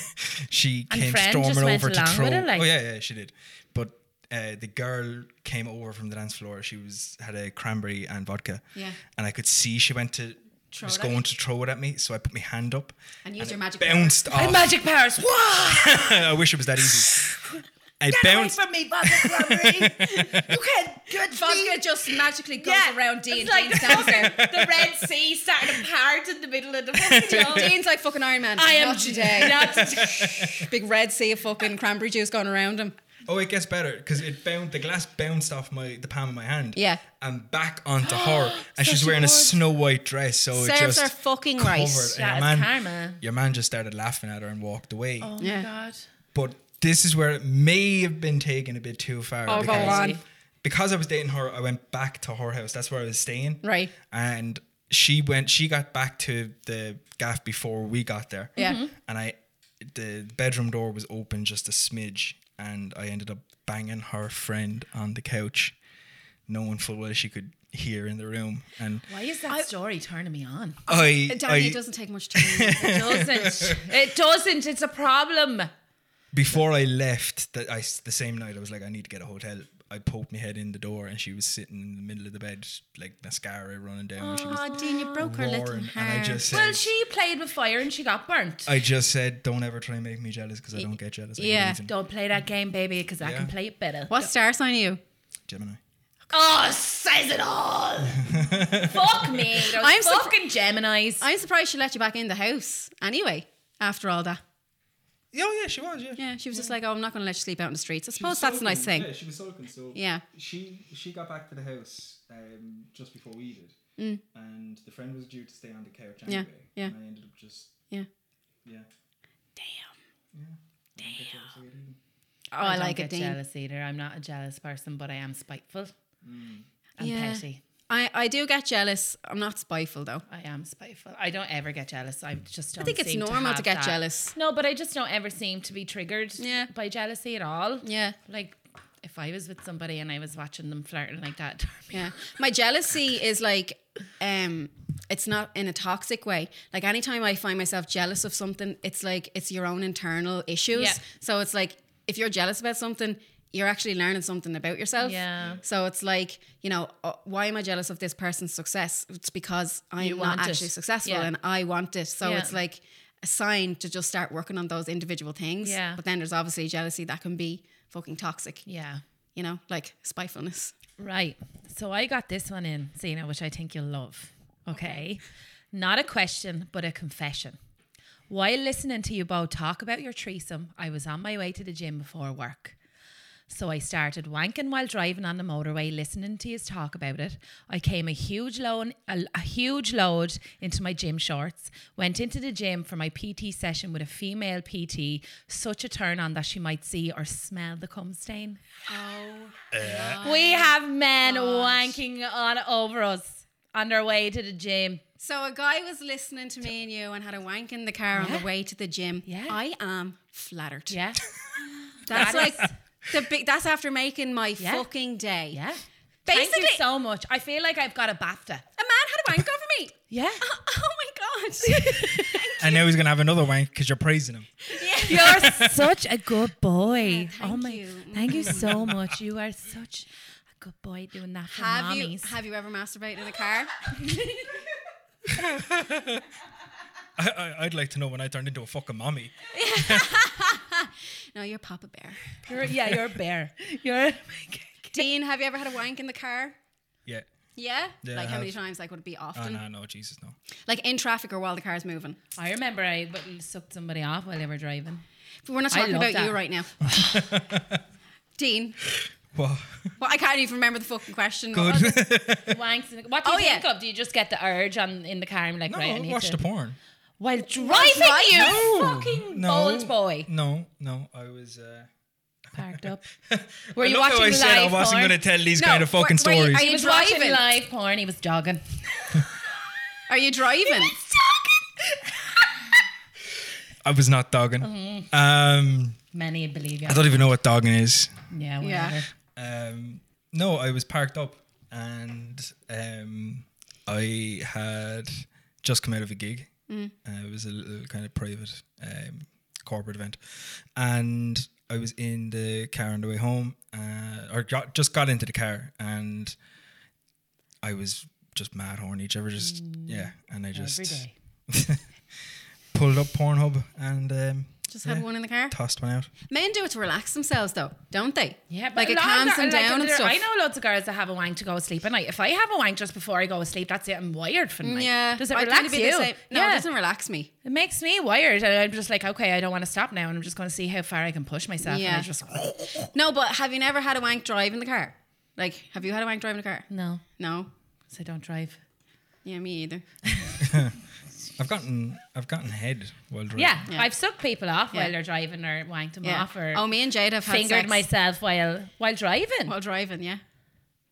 she And came Fran just storming went over to along with throw. it, like- Oh yeah, yeah, she did. But uh, the girl came over from the dance floor. She was had a cranberry and vodka. Yeah. And I could see she went to Throw was it at you. going to throw it at me, so I put my hand up And used your it magic power. bounced And [laughs] off. magic powers. Whoa! [laughs] I wish it was [laughs] that easy. I Get bounced. away from me, vodka robbery. [laughs] you can't get Vodka just magically goes around Dean. It's like Dean's, [laughs] the, down fucking, there. the Red Sea starting to part in the middle of the [laughs] fucking jungle. Dean's like fucking Iron Man. I am Not [laughs] today. Not today. Big red sea of fucking cranberry juice going around him. Oh, it gets better because it bound the glass bounced off my the palm of my hand. Yeah. And back [gasps] onto her, and Such she's a wearing a good- snow white dress, so it Serves just her fucking covered. right. That And your is man- karma. Your man just started laughing at her and walked away. Oh Yeah. my [laughs] god. But this is where it may have been taken a bit too far. Oh, go on. because I was dating her, I went back to her house. That's where I was staying. Right. And she went. She got back to the gaff before we got there. Yeah. Mhm. And I, the bedroom door was open just a smidge, and I ended up banging her friend on the couch, knowing full well she could hear in the room. And Why is that story turning me on? I, Danny, I- it doesn't take [laughs] much time. It doesn't. it doesn't. It's a problem. before I left, that I s- the same night I was like, I need to get a hotel. I poked my head in the door, and she was sitting in the middle of the bed, like mascara running down. and she was oh, Dean, you broke her little roaring, and I heart. just said, Well, she played with fire and she got burnt. I just said, don't ever try and make me jealous because I don't get jealous. I get Yeah. even." Don't play that game, baby, because I Yeah. can play it better. what star sign are you? Gemini. Oh, says it [laughs] all. Fuck me. Those I'm so- fucking Geminis. I'm surprised she let you back in the house anyway, after all that. Oh yeah, she was. Yeah. Yeah, she was just like, oh, I'm not going to let you sleep out in the streets. I suppose that's a nice thing. she was sulking. So Yeah. she she got back to the house um, just before we did, and the friend was due to stay on the couch Mm. Yeah, anyway, yeah. and I ended up just Yeah. yeah. Damn. Damn. Oh, I, don't like it, get Dean. jealous either. I'm not a jealous person, but I am spiteful and Yeah. petty. I, I do get jealous. I'm not spiteful, though. I am spiteful. I don't ever get jealous. I just don't. think it's seem normal to have get that. jealous. No, but I just don't ever seem to be triggered Yeah. by jealousy at all. Yeah. Like if I was with somebody and I was watching them flirting like that, [laughs] Yeah. My jealousy is like, um, it's not in a toxic way. Like anytime I find myself jealous of something, it's like it's your own internal issues. Yeah. So it's like if you're jealous about something, you're actually learning something about yourself. Yeah. So it's like, you know, uh, why am I jealous of this person's success? It's because I'm You not want it. actually successful Yeah. and I want it. So Yeah. it's like a sign to just start working on those individual things. Yeah. But then there's obviously jealousy that can be fucking toxic, yeah. you know, like spitefulness. Right. So I got this one in, Zena, which I think you'll love. Okay. Not a question, but a confession. While listening to you both talk about your threesome, I was on my way to the gym before work. So I started wanking while driving on the motorway, listening to his talk about it. I came a huge load, a, a huge load into my gym shorts. Went into the gym for my PT session with a female PT. Such a turn on that she might see or smell the cum stain. Oh. Uh, We have men wanking on over us on their way to the gym. So a guy was listening to me and you and had a wank in the car on the way to the gym. Yeah. I am flattered. Yeah, That's that like is- the big that's after making my Yeah. fucking day. yeah. Thank Basically you so much. I feel like I've got a BAFTA. a man had a wank over [laughs] me. Yeah, Oh, oh [laughs] my god. And now he's gonna have another wank because you're praising him. [laughs] you're such a good boy. Oh Yeah, thank you. thank you [laughs] so much. You are such a good boy doing that for have mommies. you have you ever masturbated in the car? [laughs] I, I, I'd like to know when I turned into a fucking mommy. No, you're Papa Bear. [laughs] You're- yeah, you're a bear. You're Dean, have you ever had a wank in the car? Yeah. Yeah? Yeah, I like how have. many times? Like would it be Oh, often? no, no, Jesus, no. Like in traffic or while the car's moving. I remember I w- sucked somebody off while they were [laughs] driving. But we're not I talking love about you that. right now. [laughs] Dean. Well, [laughs] Well, I can't even remember the fucking question. What was good. it? Wanks. and- What do you Oh, yeah. think of? Do you just get the urge on in the car? and like, no, right, I need watch to the porn. while driving. [laughs] you fucking bold boy. No, no, I was. Uh, Parked up. Were I you love watching how I live said I wasn't porn? going to tell these No, kind of fucking were- were you- stories. are He you was watching driving? live porn. He was jogging. Are you driving? [laughs] I was not dogging. Um, Many would believe you. I don't even know what dogging is. Yeah, whatever. Yeah. Um, no, I was parked up and um, I had just come out of a gig. Mm. Uh, it was a little kind of private um, corporate event. And I was in the car on the way home, uh, or got, just got into the car and I was just mad horny. Do you ever just, yeah. And I Mm. Every just day. pulled up Pornhub and um, Just have Yeah. one in the car. tossed one out. Men do it to relax themselves, though, don't they? Yeah, like a it lot of calms gir- them like, down and there- stuff. I know loads of girls that have a wank to go to sleep at night. If I have a wank just before I go to sleep, that's it. I'm wired for the night. Mm, Yeah, does it I'd relax kinda be you? the same- No, yeah. it doesn't relax me. It makes me wired, and I'm just like, okay, I don't want to stop now, and I'm just going to see how far I can push myself. and Yeah. I just No, but have you never had a wank drive in the car? Like, have you had a wank drive in the car? no, No. so I don't drive. Yeah, me either. I've gotten, I've gotten head while driving. Yeah, Yeah. I've sucked people off Yeah. while they're driving or wanked them Yeah. off or oh, me and Jade have had fingered sex myself while while driving. while driving. Yeah.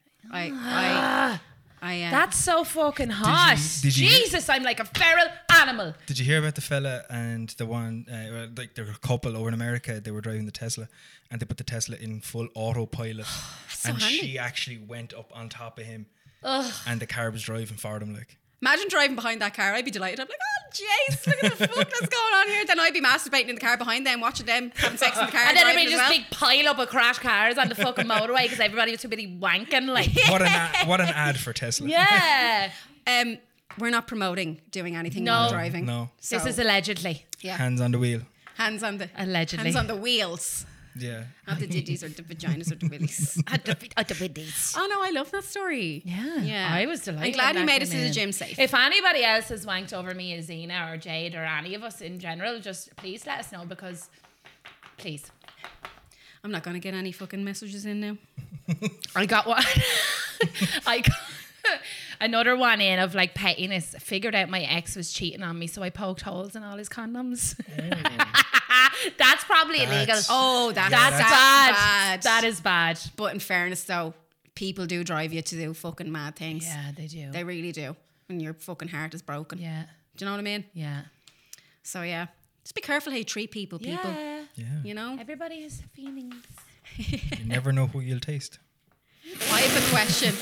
[gasps] I, I, I. Uh, that's so fucking hot. did you- Jesus, I'm like a feral animal. Did you hear about the fella and the one, uh, well, like the couple over in America? They were driving the Tesla, and they put the Tesla in full autopilot, so and handy. she actually went up on top of him, and the car was driving for them. Like, Imagine driving behind that car. I'd be delighted. I'm like, oh, jeez, look [laughs] at the fuck that's going on here. Then I'd be masturbating in the car behind them, watching them having sex [laughs] in the car. And then driving everybody as just well. big pile up of crash cars on the fucking motorway because everybody was too busy wanking. Like, [laughs] what an ad, what an ad for [laughs] [laughs] Tesla. yeah, Um, we're not promoting doing anything No. while driving. No. So, this is allegedly, yeah. Hands on the wheel. hands on the allegedly. hands on the wheels, Yeah. not [laughs] the ditties or the vaginas or the willies. At the- at the biddies. oh no, I love that story. Yeah, yeah. I was delighted. I'm glad when you that made us to came the in. gym safe. If anybody else has wanked over me, as Zena or Jade or any of us in general, just please let us know because, please, I'm not gonna get any fucking messages in now. I got one. [laughs] I got another one in of like pettiness. Figured out my ex was cheating on me, so I poked holes in all his condoms. [laughs] that's probably illegal. That's- Oh, that's, that's, that's bad. That is bad. But in fairness, though, people do drive you to do fucking mad things. Yeah, they do. They really do. And your fucking heart is broken. yeah, Do you know what I mean? yeah, So yeah, just be careful how you treat people. People, yeah. Yeah. you know. Everybody has feelings. You never know who you'll taste. I have a question.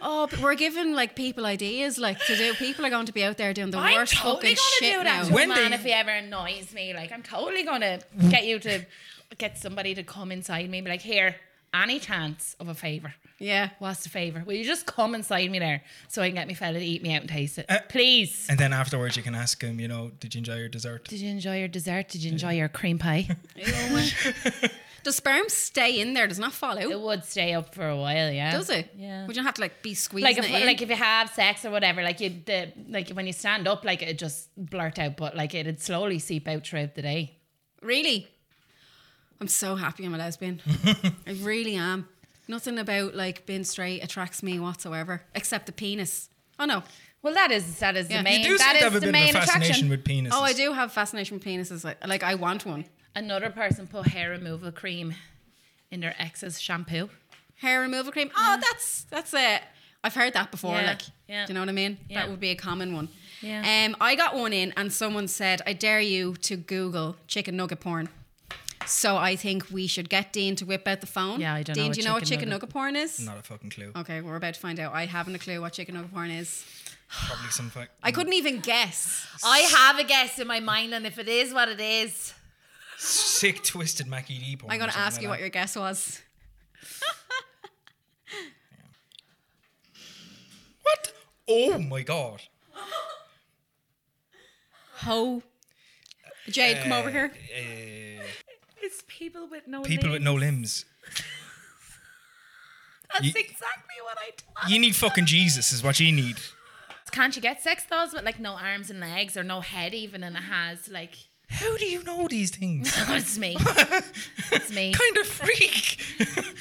oh, but we're giving like people ideas, like to do. People are going to be out there doing the I'm worst totally fucking shit gonna do that now. to a When man they- if he ever annoys me. Like I'm totally gonna get you to get somebody to come inside me and be like, here, any chance of a favour. Yeah. What's the favour? Will you just come inside me there so I can get me fella to eat me out and taste it? Uh, Please. And then afterwards, you can ask him. You know, did you enjoy your dessert? Did you enjoy your dessert? Did you enjoy your cream [laughs] pie? Does sperm stay in there? Does not fall it out? would stay up for a while, yeah. Does it? Yeah. Would you have to like be squeezing like if, it in? like if you have sex or whatever, like you the like when you stand up, like it just blurt out, but like it'd slowly seep out throughout the day. really? I'm so happy I'm a lesbian. I really am. Nothing about like being straight attracts me whatsoever, except the penis. Oh no. Well, that is that is Yeah. the You main You do seem that to is have a the bit main of a fascination attraction. with penises. Oh, I do have fascination with penises. Like, like I want one. Another person put hair removal cream in their ex's shampoo. hair removal cream. Oh, that's that's it. I've heard that before. Yeah, Like, yeah. do you know what I mean? Yeah. That would be a common one. Yeah. Um, I got one in, and someone said, "I dare you to Google chicken nugget porn." So I think we should get Dean to whip out the phone. Yeah, I don't know Dean, what do you know what chicken chicken nugget- nugget, porn is? Not a fucking clue. Okay, we're about to find out. I haven't a clue what chicken nugget porn is. Probably some. Fuck- I couldn't even guess. I have a guess in my mind, and if it is what it is, sick twisted Mackie D porn. I'm going or to something ask like you that. what your guess was. What? Oh my god. Ho. Jade, come over here. Uh, It's people with no People with no limbs. That's Ye- exactly what I thought. You need fucking Jesus, is what you need. [laughs] Can't you get sex dolls with like no arms and legs or no head even and it has like [laughs] How do you know these things? it's me. it's me. kind of freak. [laughs]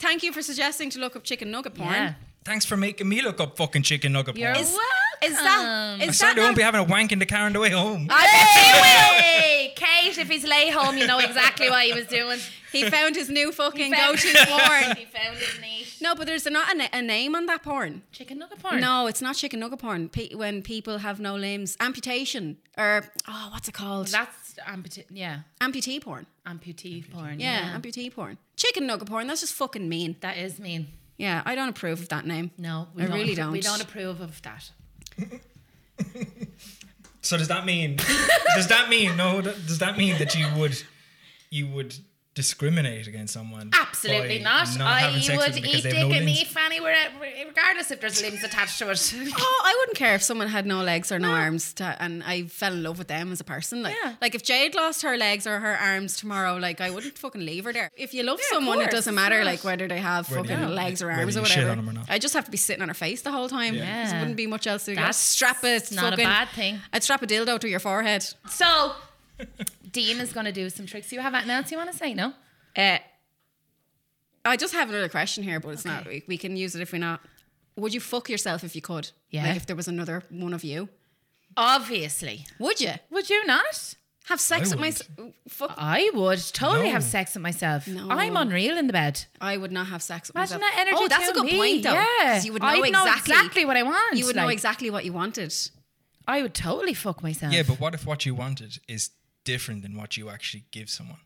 Thank you for suggesting to look up chicken nugget porn. Yeah. Thanks for making me look up fucking chicken nugget You're porn. Is- welcome. Is that? I'm Is sorry that? they won't Not, be having a wank in the car on the way home. I bet you will. Kate, if he's lay home, you know exactly what he [laughs] was doing. he found his new fucking found- go-to [laughs] porn. He found his niche. No, but there's not a, na- a name on that porn. Chicken nugget porn. No, it's not chicken nugget porn. Pe- when people have no limbs, amputation or oh, what's it called? That's amputee. Yeah, amputee porn. amputee, porn. Yeah, amputee porn. Chicken nugget porn. That's just fucking mean. that is mean. Yeah, I don't approve of that name. No, I really don't. We don't approve of that. So does [laughs] that mean? does that mean no? th- Does that mean that you would, you would discriminate against someone? Absolutely by not. having I sex with would them because eat they dick have no and limbs? eat fanny, where- regardless if there's limbs attached to it. [laughs] Oh, I wouldn't care if someone had no legs or no, arms, to, and I fell in love with them as a person. Like, Yeah. like if Jade lost her legs or her arms tomorrow, like I wouldn't fucking leave her there. If you love Yeah, of someone, it course, doesn't it's matter not. like whether they have Whether fucking you- legs or whether arms or you shit whatever. on 'em or not. I just have to be sitting on her face the whole time. Yeah. There wouldn't be much else to do. I'd That's strap a not a fucking- bad thing. I'd strap a dildo to your forehead. [laughs] So, Dean is going to do some tricks. You have anything else you want to say? No. Uh, I just have another question here, but it's not. We, we can use it if we're not. Would you fuck yourself if you could? Yeah. Like if there was another one of you, Obviously. would you Would you not? have sex I with my fuck? I would totally No. have sex with myself. No. I'm unreal in the bed. I would not have sex with Imagine myself. that energy. Oh, that's a to good me. point though. 'cause Yeah, you would know I'd exactly. what I want. You would know Like, exactly what you wanted. I would totally fuck myself. Yeah, but what if what you wanted is different than what you actually give someone?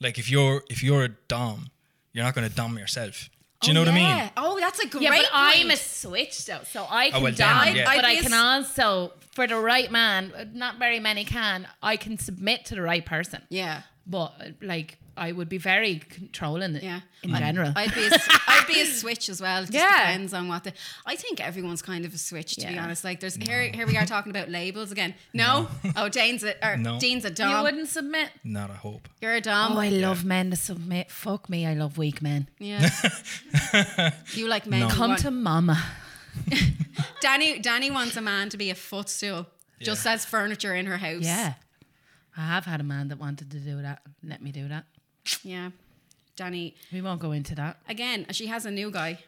Like if you're if you're a dom, you're not going to dom yourself. Do you know what I mean? Oh, that's a great. Yeah, but I'm a point. switch though, so I can well, then, die, yeah. I'd but I be a can also, for the right man, uh, not very many can. I can submit to the right person, Yeah, but uh, like I would be very controlling. Yeah. in general. I'd be a, [laughs] I'd be a switch as well. It just Yeah. depends on what the. I think everyone's kind of a switch to be Yeah. honest. Like there's here here we are talking about labels again. No, oh Dane's a or No. Dean's a you dom. wouldn't submit. Not a hope. You are a dom. Oh, I love men to submit. Fuck me, I love weak men. [laughs] yeah. you like men. who Come want- to mama. Danny. Danny wants a man to be a footstool. Just as furniture in her house. Yeah. I have had a man that wanted to do that. Let me do that. Yeah. Danny. We won't go into that. Again, she has a new guy.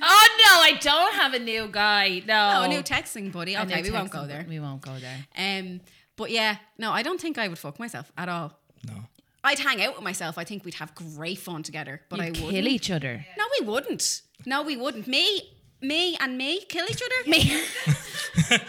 Oh no, I don't have a new guy. No, Oh, a new texting buddy. A new Okay, we won't text- go there. We won't go there. Um, but yeah, no, I don't think I would fuck myself at all. No. I'd hang out with myself. I think we'd have great fun together, but I You'd wouldn't. kill each other. No, we wouldn't. No, we wouldn't. Me, me, and me kill each other. Me. [laughs]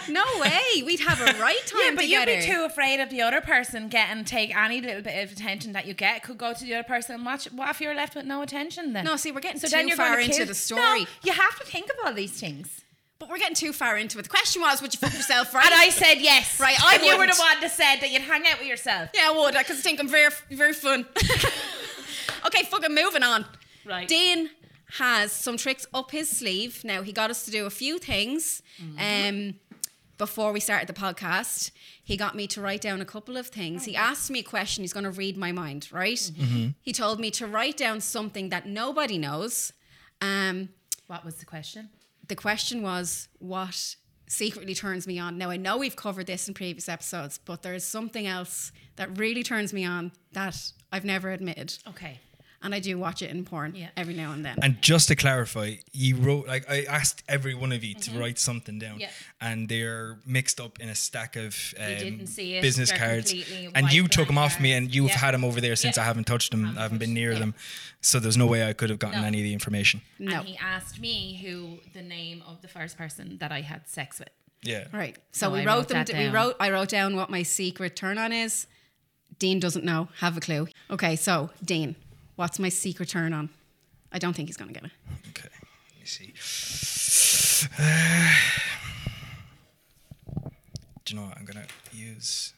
No way. We'd have a right time Yeah, but together. you'd be too afraid of the other person getting take any little bit of attention that you get could go to the other person and watch. What if you're left with no attention then? No, see, we're getting so too then you're far gonna into kill- the story. No, you have to think of all these things. But we're getting too far into it. The question was, would you fuck yourself? Right? And I said yes. Right, I and you were the wouldn't. one that said that you'd hang out with yourself. yeah, I would. I could think I'm very, very fun. [laughs] okay, fucking moving on. Right. Dean has some tricks up his sleeve. Now he got us to do a few things. Um. Before we started the podcast, he got me to write down a couple of things. He asked me a question. He's going to read my mind, right? He told me to write down something that nobody knows. Um, What was the question? the question was what secretly turns me on. Now I know we've covered this in previous episodes, but there is something else that really turns me on that I've never admitted, Okay. and I do watch it in porn Yeah. every now and then. And just to clarify, you wrote like I asked every one of you to write something down, Mm-hmm. Yeah. and they're mixed up in a stack of um, didn't see it. business They're cards, completely and white you took blank them off me, cards. and you've Yeah. had them over there since Yeah. I haven't touched them, I haven't been touched near them. them, so there's no way I could have gotten No. any of the information. No. And he asked me who the name of the first person that I had sex with. Yeah, right. So No, we I wrote wrote them. that d- we down. wrote. I wrote down what my secret turn on is. Dean doesn't know. Have a clue. Okay. So Dean, what's my secret turn on? I don't think he's gonna get it. Okay, let me see. do you know what? I'm gonna use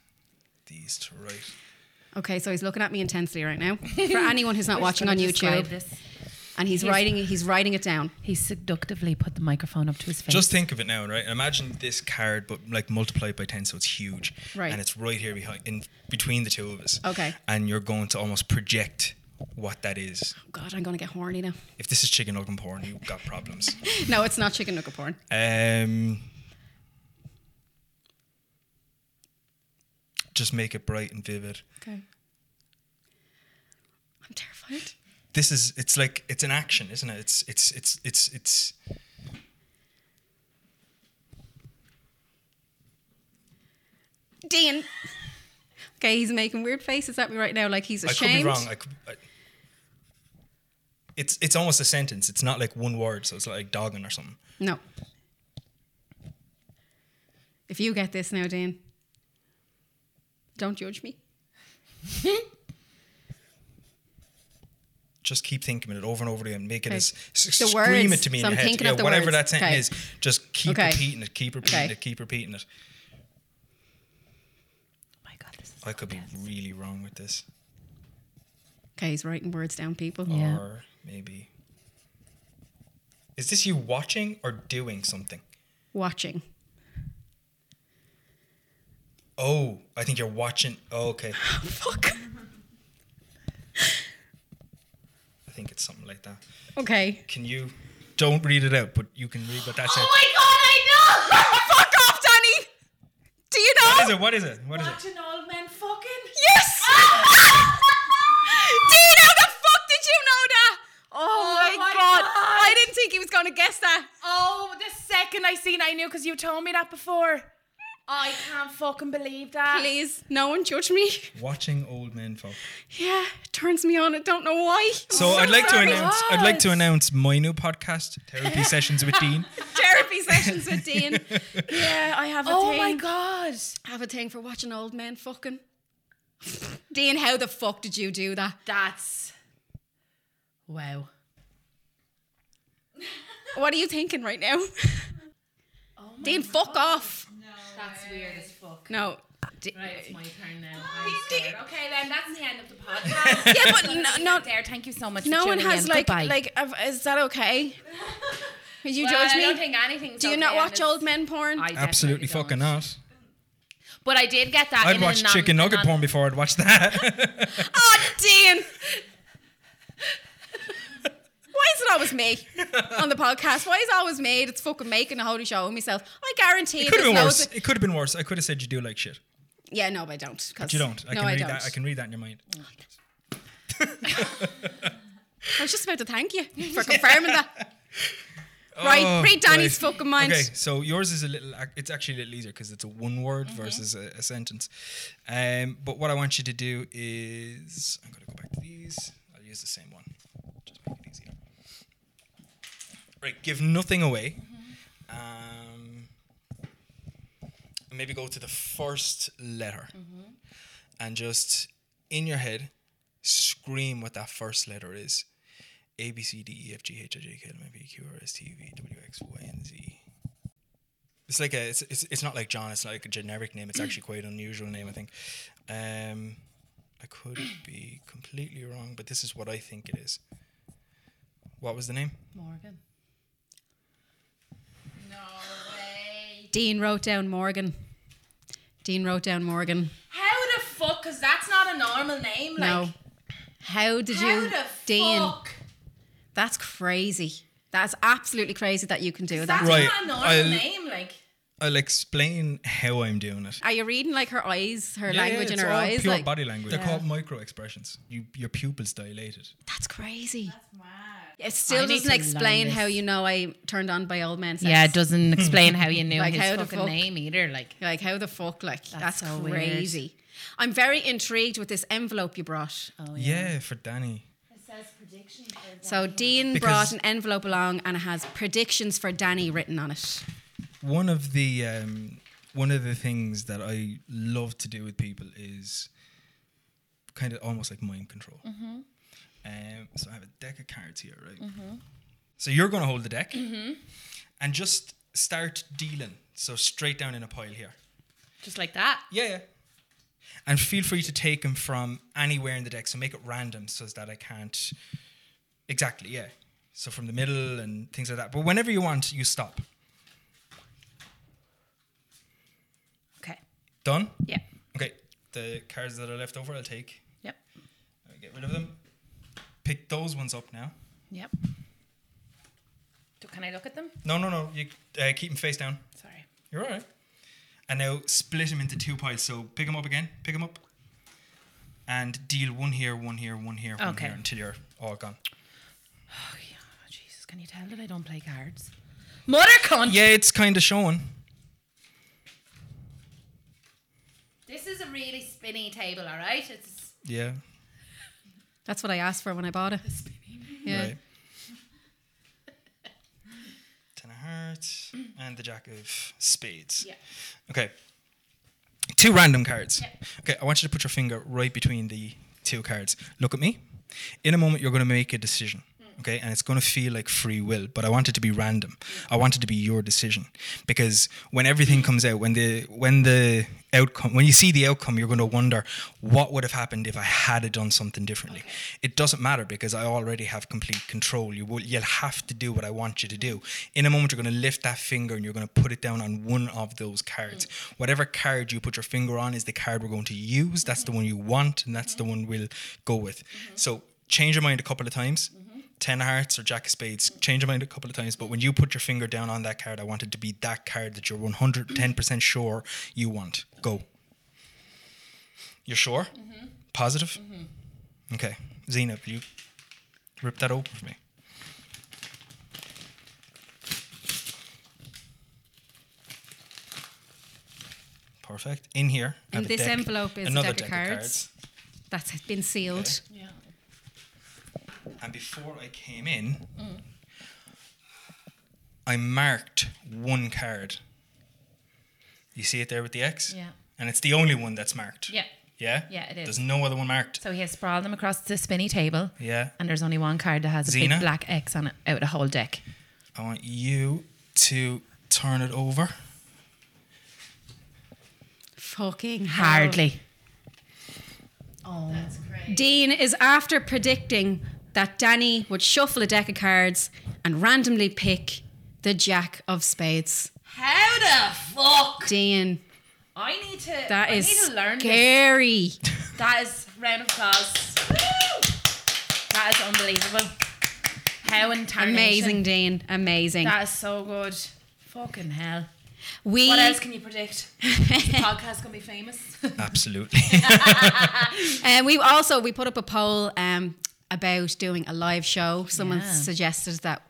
these to write. [laughs] Okay. So he's looking at me intensely right now. For anyone who's not watching on YouTube, and he's He's- writing he's writing it down. He seductively put the microphone up to his face. Just think of it now, right? Imagine this card, but like multiplied by ten, so it's huge, Right. And it's right here behind, in between the two of us. Okay. And you're going to almost project what that is. God, I'm gonna get horny now. If this is chicken nugget porn, you've got [laughs] problems. No, it's not chicken nugget porn. um, just make it bright and vivid. Okay. I'm terrified. This is it's like it's an action, isn't it? It's it's it's it's it's Dean. Okay, he's making weird faces at me right now, like he's I ashamed. could be wrong. I could, I, it's it's almost a sentence. It's not like one word, so it's like dogging or something. No. If you get this now, Dean, don't judge me. Just keep thinking it over and over again. Make it Okay. as s- The scream words. it to me So in I'm your head. thinking Yeah, of the whatever words. that sentence Okay. is, just keep Okay. repeating it. Keep repeating Okay. it. Keep repeating it. oh my god, this is I could be really wrong with this, Okay, he's writing words down, people. Yeah. or maybe is this you watching or doing something? Watching. Oh, I think you're watching. Oh, okay, Fuck. I think it's something like that. Okay. [laughs] Can you? Don't read it out, but you can read what that says. Oh my god, I know! Fuck off, Danny! Do you know? What is it? What is it? What is it? Watching old men fucking. [laughs] Yes! Do you know the fuck did you know that? Oh, my, my god. God. I didn't think he was gonna guess that. Oh, the second I seen, I knew because you told me that before. I can't fucking believe that. Please, no one judge me. [laughs] Watching old men fuck. Yeah, it turns me on. I don't know why. So I'd like to sorry. announce. I'd like to announce my new podcast, [laughs] Therapy Sessions with Dean. Therapy sessions with [laughs] Dean. Yeah, I have a Oh thing. my god. I have a thing for watching old men fucking. Dean, how the fuck did you do that? That's wow. What are you thinking right now? Oh Dean, fuck off. That's weird as fuck. No. D- Right, it's my turn now. I'm scared. Okay, then that's the [laughs] end of the podcast. Yeah, but no, no, [laughs] there. Thank you so much. no for one tuning has in. like Goodbye. like. I've, is that okay? Did you Well, judge I me? don't think anything's do you okay not and watch it's- old men porn? I definitely Absolutely don't. fucking not. But I did get that. I'd in watch a non- chicken a nugget non- porn before I'd watch that. oh, Dean. Why is it always [laughs] me on the podcast? Why is it always me? It's fucking making the holy show of myself. I guarantee [laughs] it you could there's have been loads worse. of- It could have been worse. I could have said you do like shit. Yeah, no, I don't. 'cause- But you don't. I no, can I read don't. that. I can read that in your mind. I was just about to thank [laughs] you for confirming that. Right, read Danny's fucking mind. Oh, Okay, so yours is a little. ac- It's actually a little easier because it's a one word versus a, a sentence. Um, but what I want you to do is, I'm gonna go back to these. I'll use the same one. Just make it easier. Right, give nothing away. Um, and maybe go to the first letter, and just in your head, scream what that first letter is. A B C D E F G H I J K L M N P Q R S T V W X Y and Z. It's like a it's, it's it's not like John. It's like a generic name. It's actually quite an unusual name, I think. Um, I could be completely wrong, but this is what I think it is. What was the name? Morgan. No way. Dean wrote down Morgan. Dean wrote down Morgan. How the fuck? Because that's not a normal name. Like, no. How did How you, the Dean? fuck? That's crazy. That's absolutely crazy that you can do that. That's Right, not a normal I'll- name. Like, I'll explain how I'm doing it. Are you reading like her eyes, her Yeah, yeah, language in it's her all eyes? Pure Like, body language. They're Yeah. called micro expressions. You, your pupils dilated. that's crazy. wow. It I still need doesn't to learn explain this. how you know I turned on by old men. Sex. Yeah, it doesn't Hmm. explain how you knew Like, his how the fucking fuck? name either. Like, Like how the fuck? Like that's, so weird. crazy. I'm very intrigued with this envelope you brought. oh Yeah, for Danny. It says prediction. So Dean Because- brought an envelope along and it has predictions for Danny written on it. one of the um, one of the things that I love to do with people is kind of almost like mind control. Um, so I have a deck of cards here, right? So you're going to hold the deck and just start dealing. So straight down in a pile here. Just like that. Yeah, yeah. And feel free to take them from anywhere in the deck. So make it random so that I can't. Exactly, yeah. So from the middle and things like that. But whenever you want, you stop. Okay. Done? Yeah. Okay. The cards that are left over, I'll take. Yep. I'll get rid of them. Pick those ones up now. Yep. Do, can I look at them? No, no, no. You uh, keep them face down. Sorry. You're all right. And now split them into two piles. So pick them up again. Pick them up. And deal one here, one here, one here, one Okay. here until you're all gone. Oh, yeah. Jesus, can you tell that I don't play cards? Mother cunt! Yeah, it's kind of showing. This is a really spinny table, all right? It's Yeah. That's what I asked for when I bought it. Yeah. Right. Ten of hearts and the jack of spades. Yeah. Okay. Two random cards. Yeah. Okay, I want you to put your finger right between the two cards. Look at me. In a moment, you're going to make a decision. Okay, and it's going to feel like free will, but I want it to be random. I want it to be your decision because when everything comes out, when the when the outcome, when you see the outcome, you're going to wonder what would have happened if I had have done something differently. It doesn't matter because I already have complete control. You will, you'll have to do what I want you to do. In a moment, you're going to lift that finger and you're going to put it down on one of those cards. Whatever card you put your finger on is the card we're going to use. That's the one you want, and that's the one we'll go with. So change your mind a couple of times. Ten of hearts or jack of spades. Change your mind a couple of times, but when you put your finger down on that card, I want it to be that card that you're 110% sure you want. Go. You're sure? Mm-hmm. Positive? Okay. Zena, will you rip that open for me? Perfect. In here. I And have a this deck- envelope is another a deck, of cards. That's been sealed. yeah. And before I came in, Mm. I marked one card. You see it there with the X? Yeah. And it's the only one that's marked. Yeah. Yeah? Yeah, it is. There's no other one marked. So he has sprawled them across the spinny table. Yeah. And there's only one card that has a Zena? big black X on it out of the whole deck. I want you to turn it over. Fucking hell. Hardly. Dean is after predicting that Danny would shuffle a deck of cards and randomly pick the Jack of Spades. How the fuck? Dean, I need to. that I is need to learn this. scary. That is round of applause. That is unbelievable. How intarnation. Amazing, Dean. Amazing. That is so good. Fucking hell. we What else can you predict? This podcast gonna be [laughs] famous. Uh, Absolutely. And we also we put up a poll um, about doing a live show. Someone Yeah. suggested that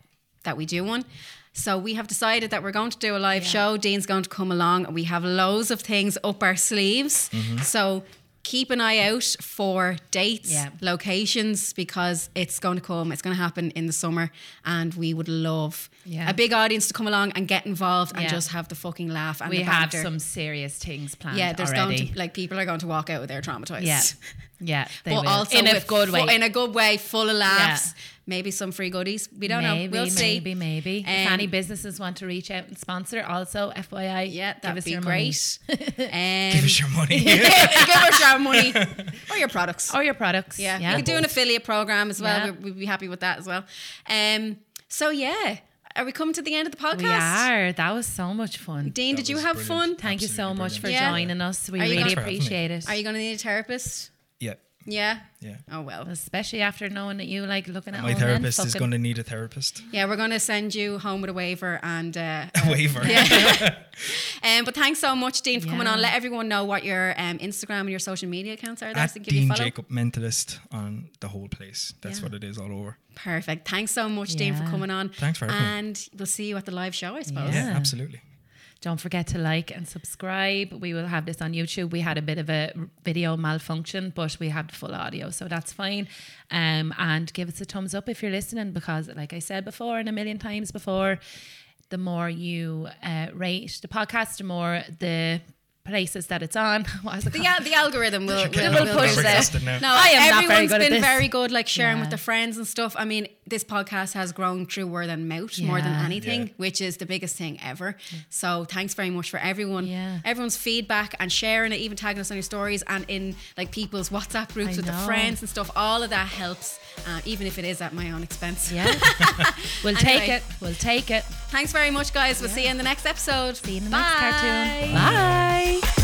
that we do one. So we have decided that we're going to do a live Yeah. show. Dean's going to come along, and we have loads of things up our sleeves. Mm-hmm. So keep an eye out for dates, Yeah. locations, because it's going to come. It's going to happen in the summer, and we would love Yeah. a big audience to come along and get involved and Yeah. just have the fucking laugh. And we the have banter. some serious things planned. Yeah, there's already. going to like people are going to walk out with their traumatized. Yeah. Yeah. They but will. also in a with good fu- way. in a good way, full of laughs. Maybe some free goodies. We don't maybe, know. We'll see. maybe, maybe. if Um, any businesses want to reach out and sponsor, also FYI, Yeah, give that'd us be your great. [laughs] Um, [laughs] Give us [laughs] your money. give us your money or your products. money. or your products. yeah. we could do an affiliate program as well. Yeah. We'd, we'd be happy with that as well. Um, so yeah, are we coming to the end of the podcast? we are. That was so much fun. Dean, That did you was have brilliant. fun? Thank you so Absolutely much for Yeah. joining us. We Are you really gonna- Thanks for having me. appreciate it. Are you going to need a therapist? yeah. Yeah. Yeah. Oh well. Especially after knowing that you like looking Oh, at My old men therapist is fucking- going to need a therapist. Yeah, we're going to send you home with a waiver and uh, Waiver. Um, but thanks so much, Dean, for coming Yeah. on. Let everyone know what your um, Instagram and your social media accounts are. That's At to give you Dean follow. Jacob Mentalist on the whole place. That's Yeah. what it is all over. Perfect. Thanks so much, Dean, for Yeah. coming on. Thanks for having me. And we'll see you at the live show, I suppose. Yeah, Yeah. absolutely. Don't forget to like and subscribe. We will have this on YouTube. We had a bit of a r- video malfunction, but we have the full audio, so that's fine. Um, and give us a thumbs up if you're listening, because like I said before and a million times before, the more you uh, rate the podcast, the more the places that it's on. [laughs] What is it The, called? al- the algorithm will, will, Double will push do there. that. Now. No, I am not very everyone's good at been this. very good, like sharing Yeah. with their friends and stuff. I mean, this podcast has grown through word and mouth more than Yeah. anything, Yeah. which is the biggest thing ever. So thanks very much for everyone, Yeah. everyone's feedback and sharing it, even tagging us on your stories and in like people's WhatsApp groups I with know. their friends and stuff. All of that helps, uh, even if it is at my own expense. Yeah. [laughs] we'll take Anyway. it. We'll take it. Thanks very much, guys. We'll see you in the next episode. See you in the Bye. next cartoon. Bye.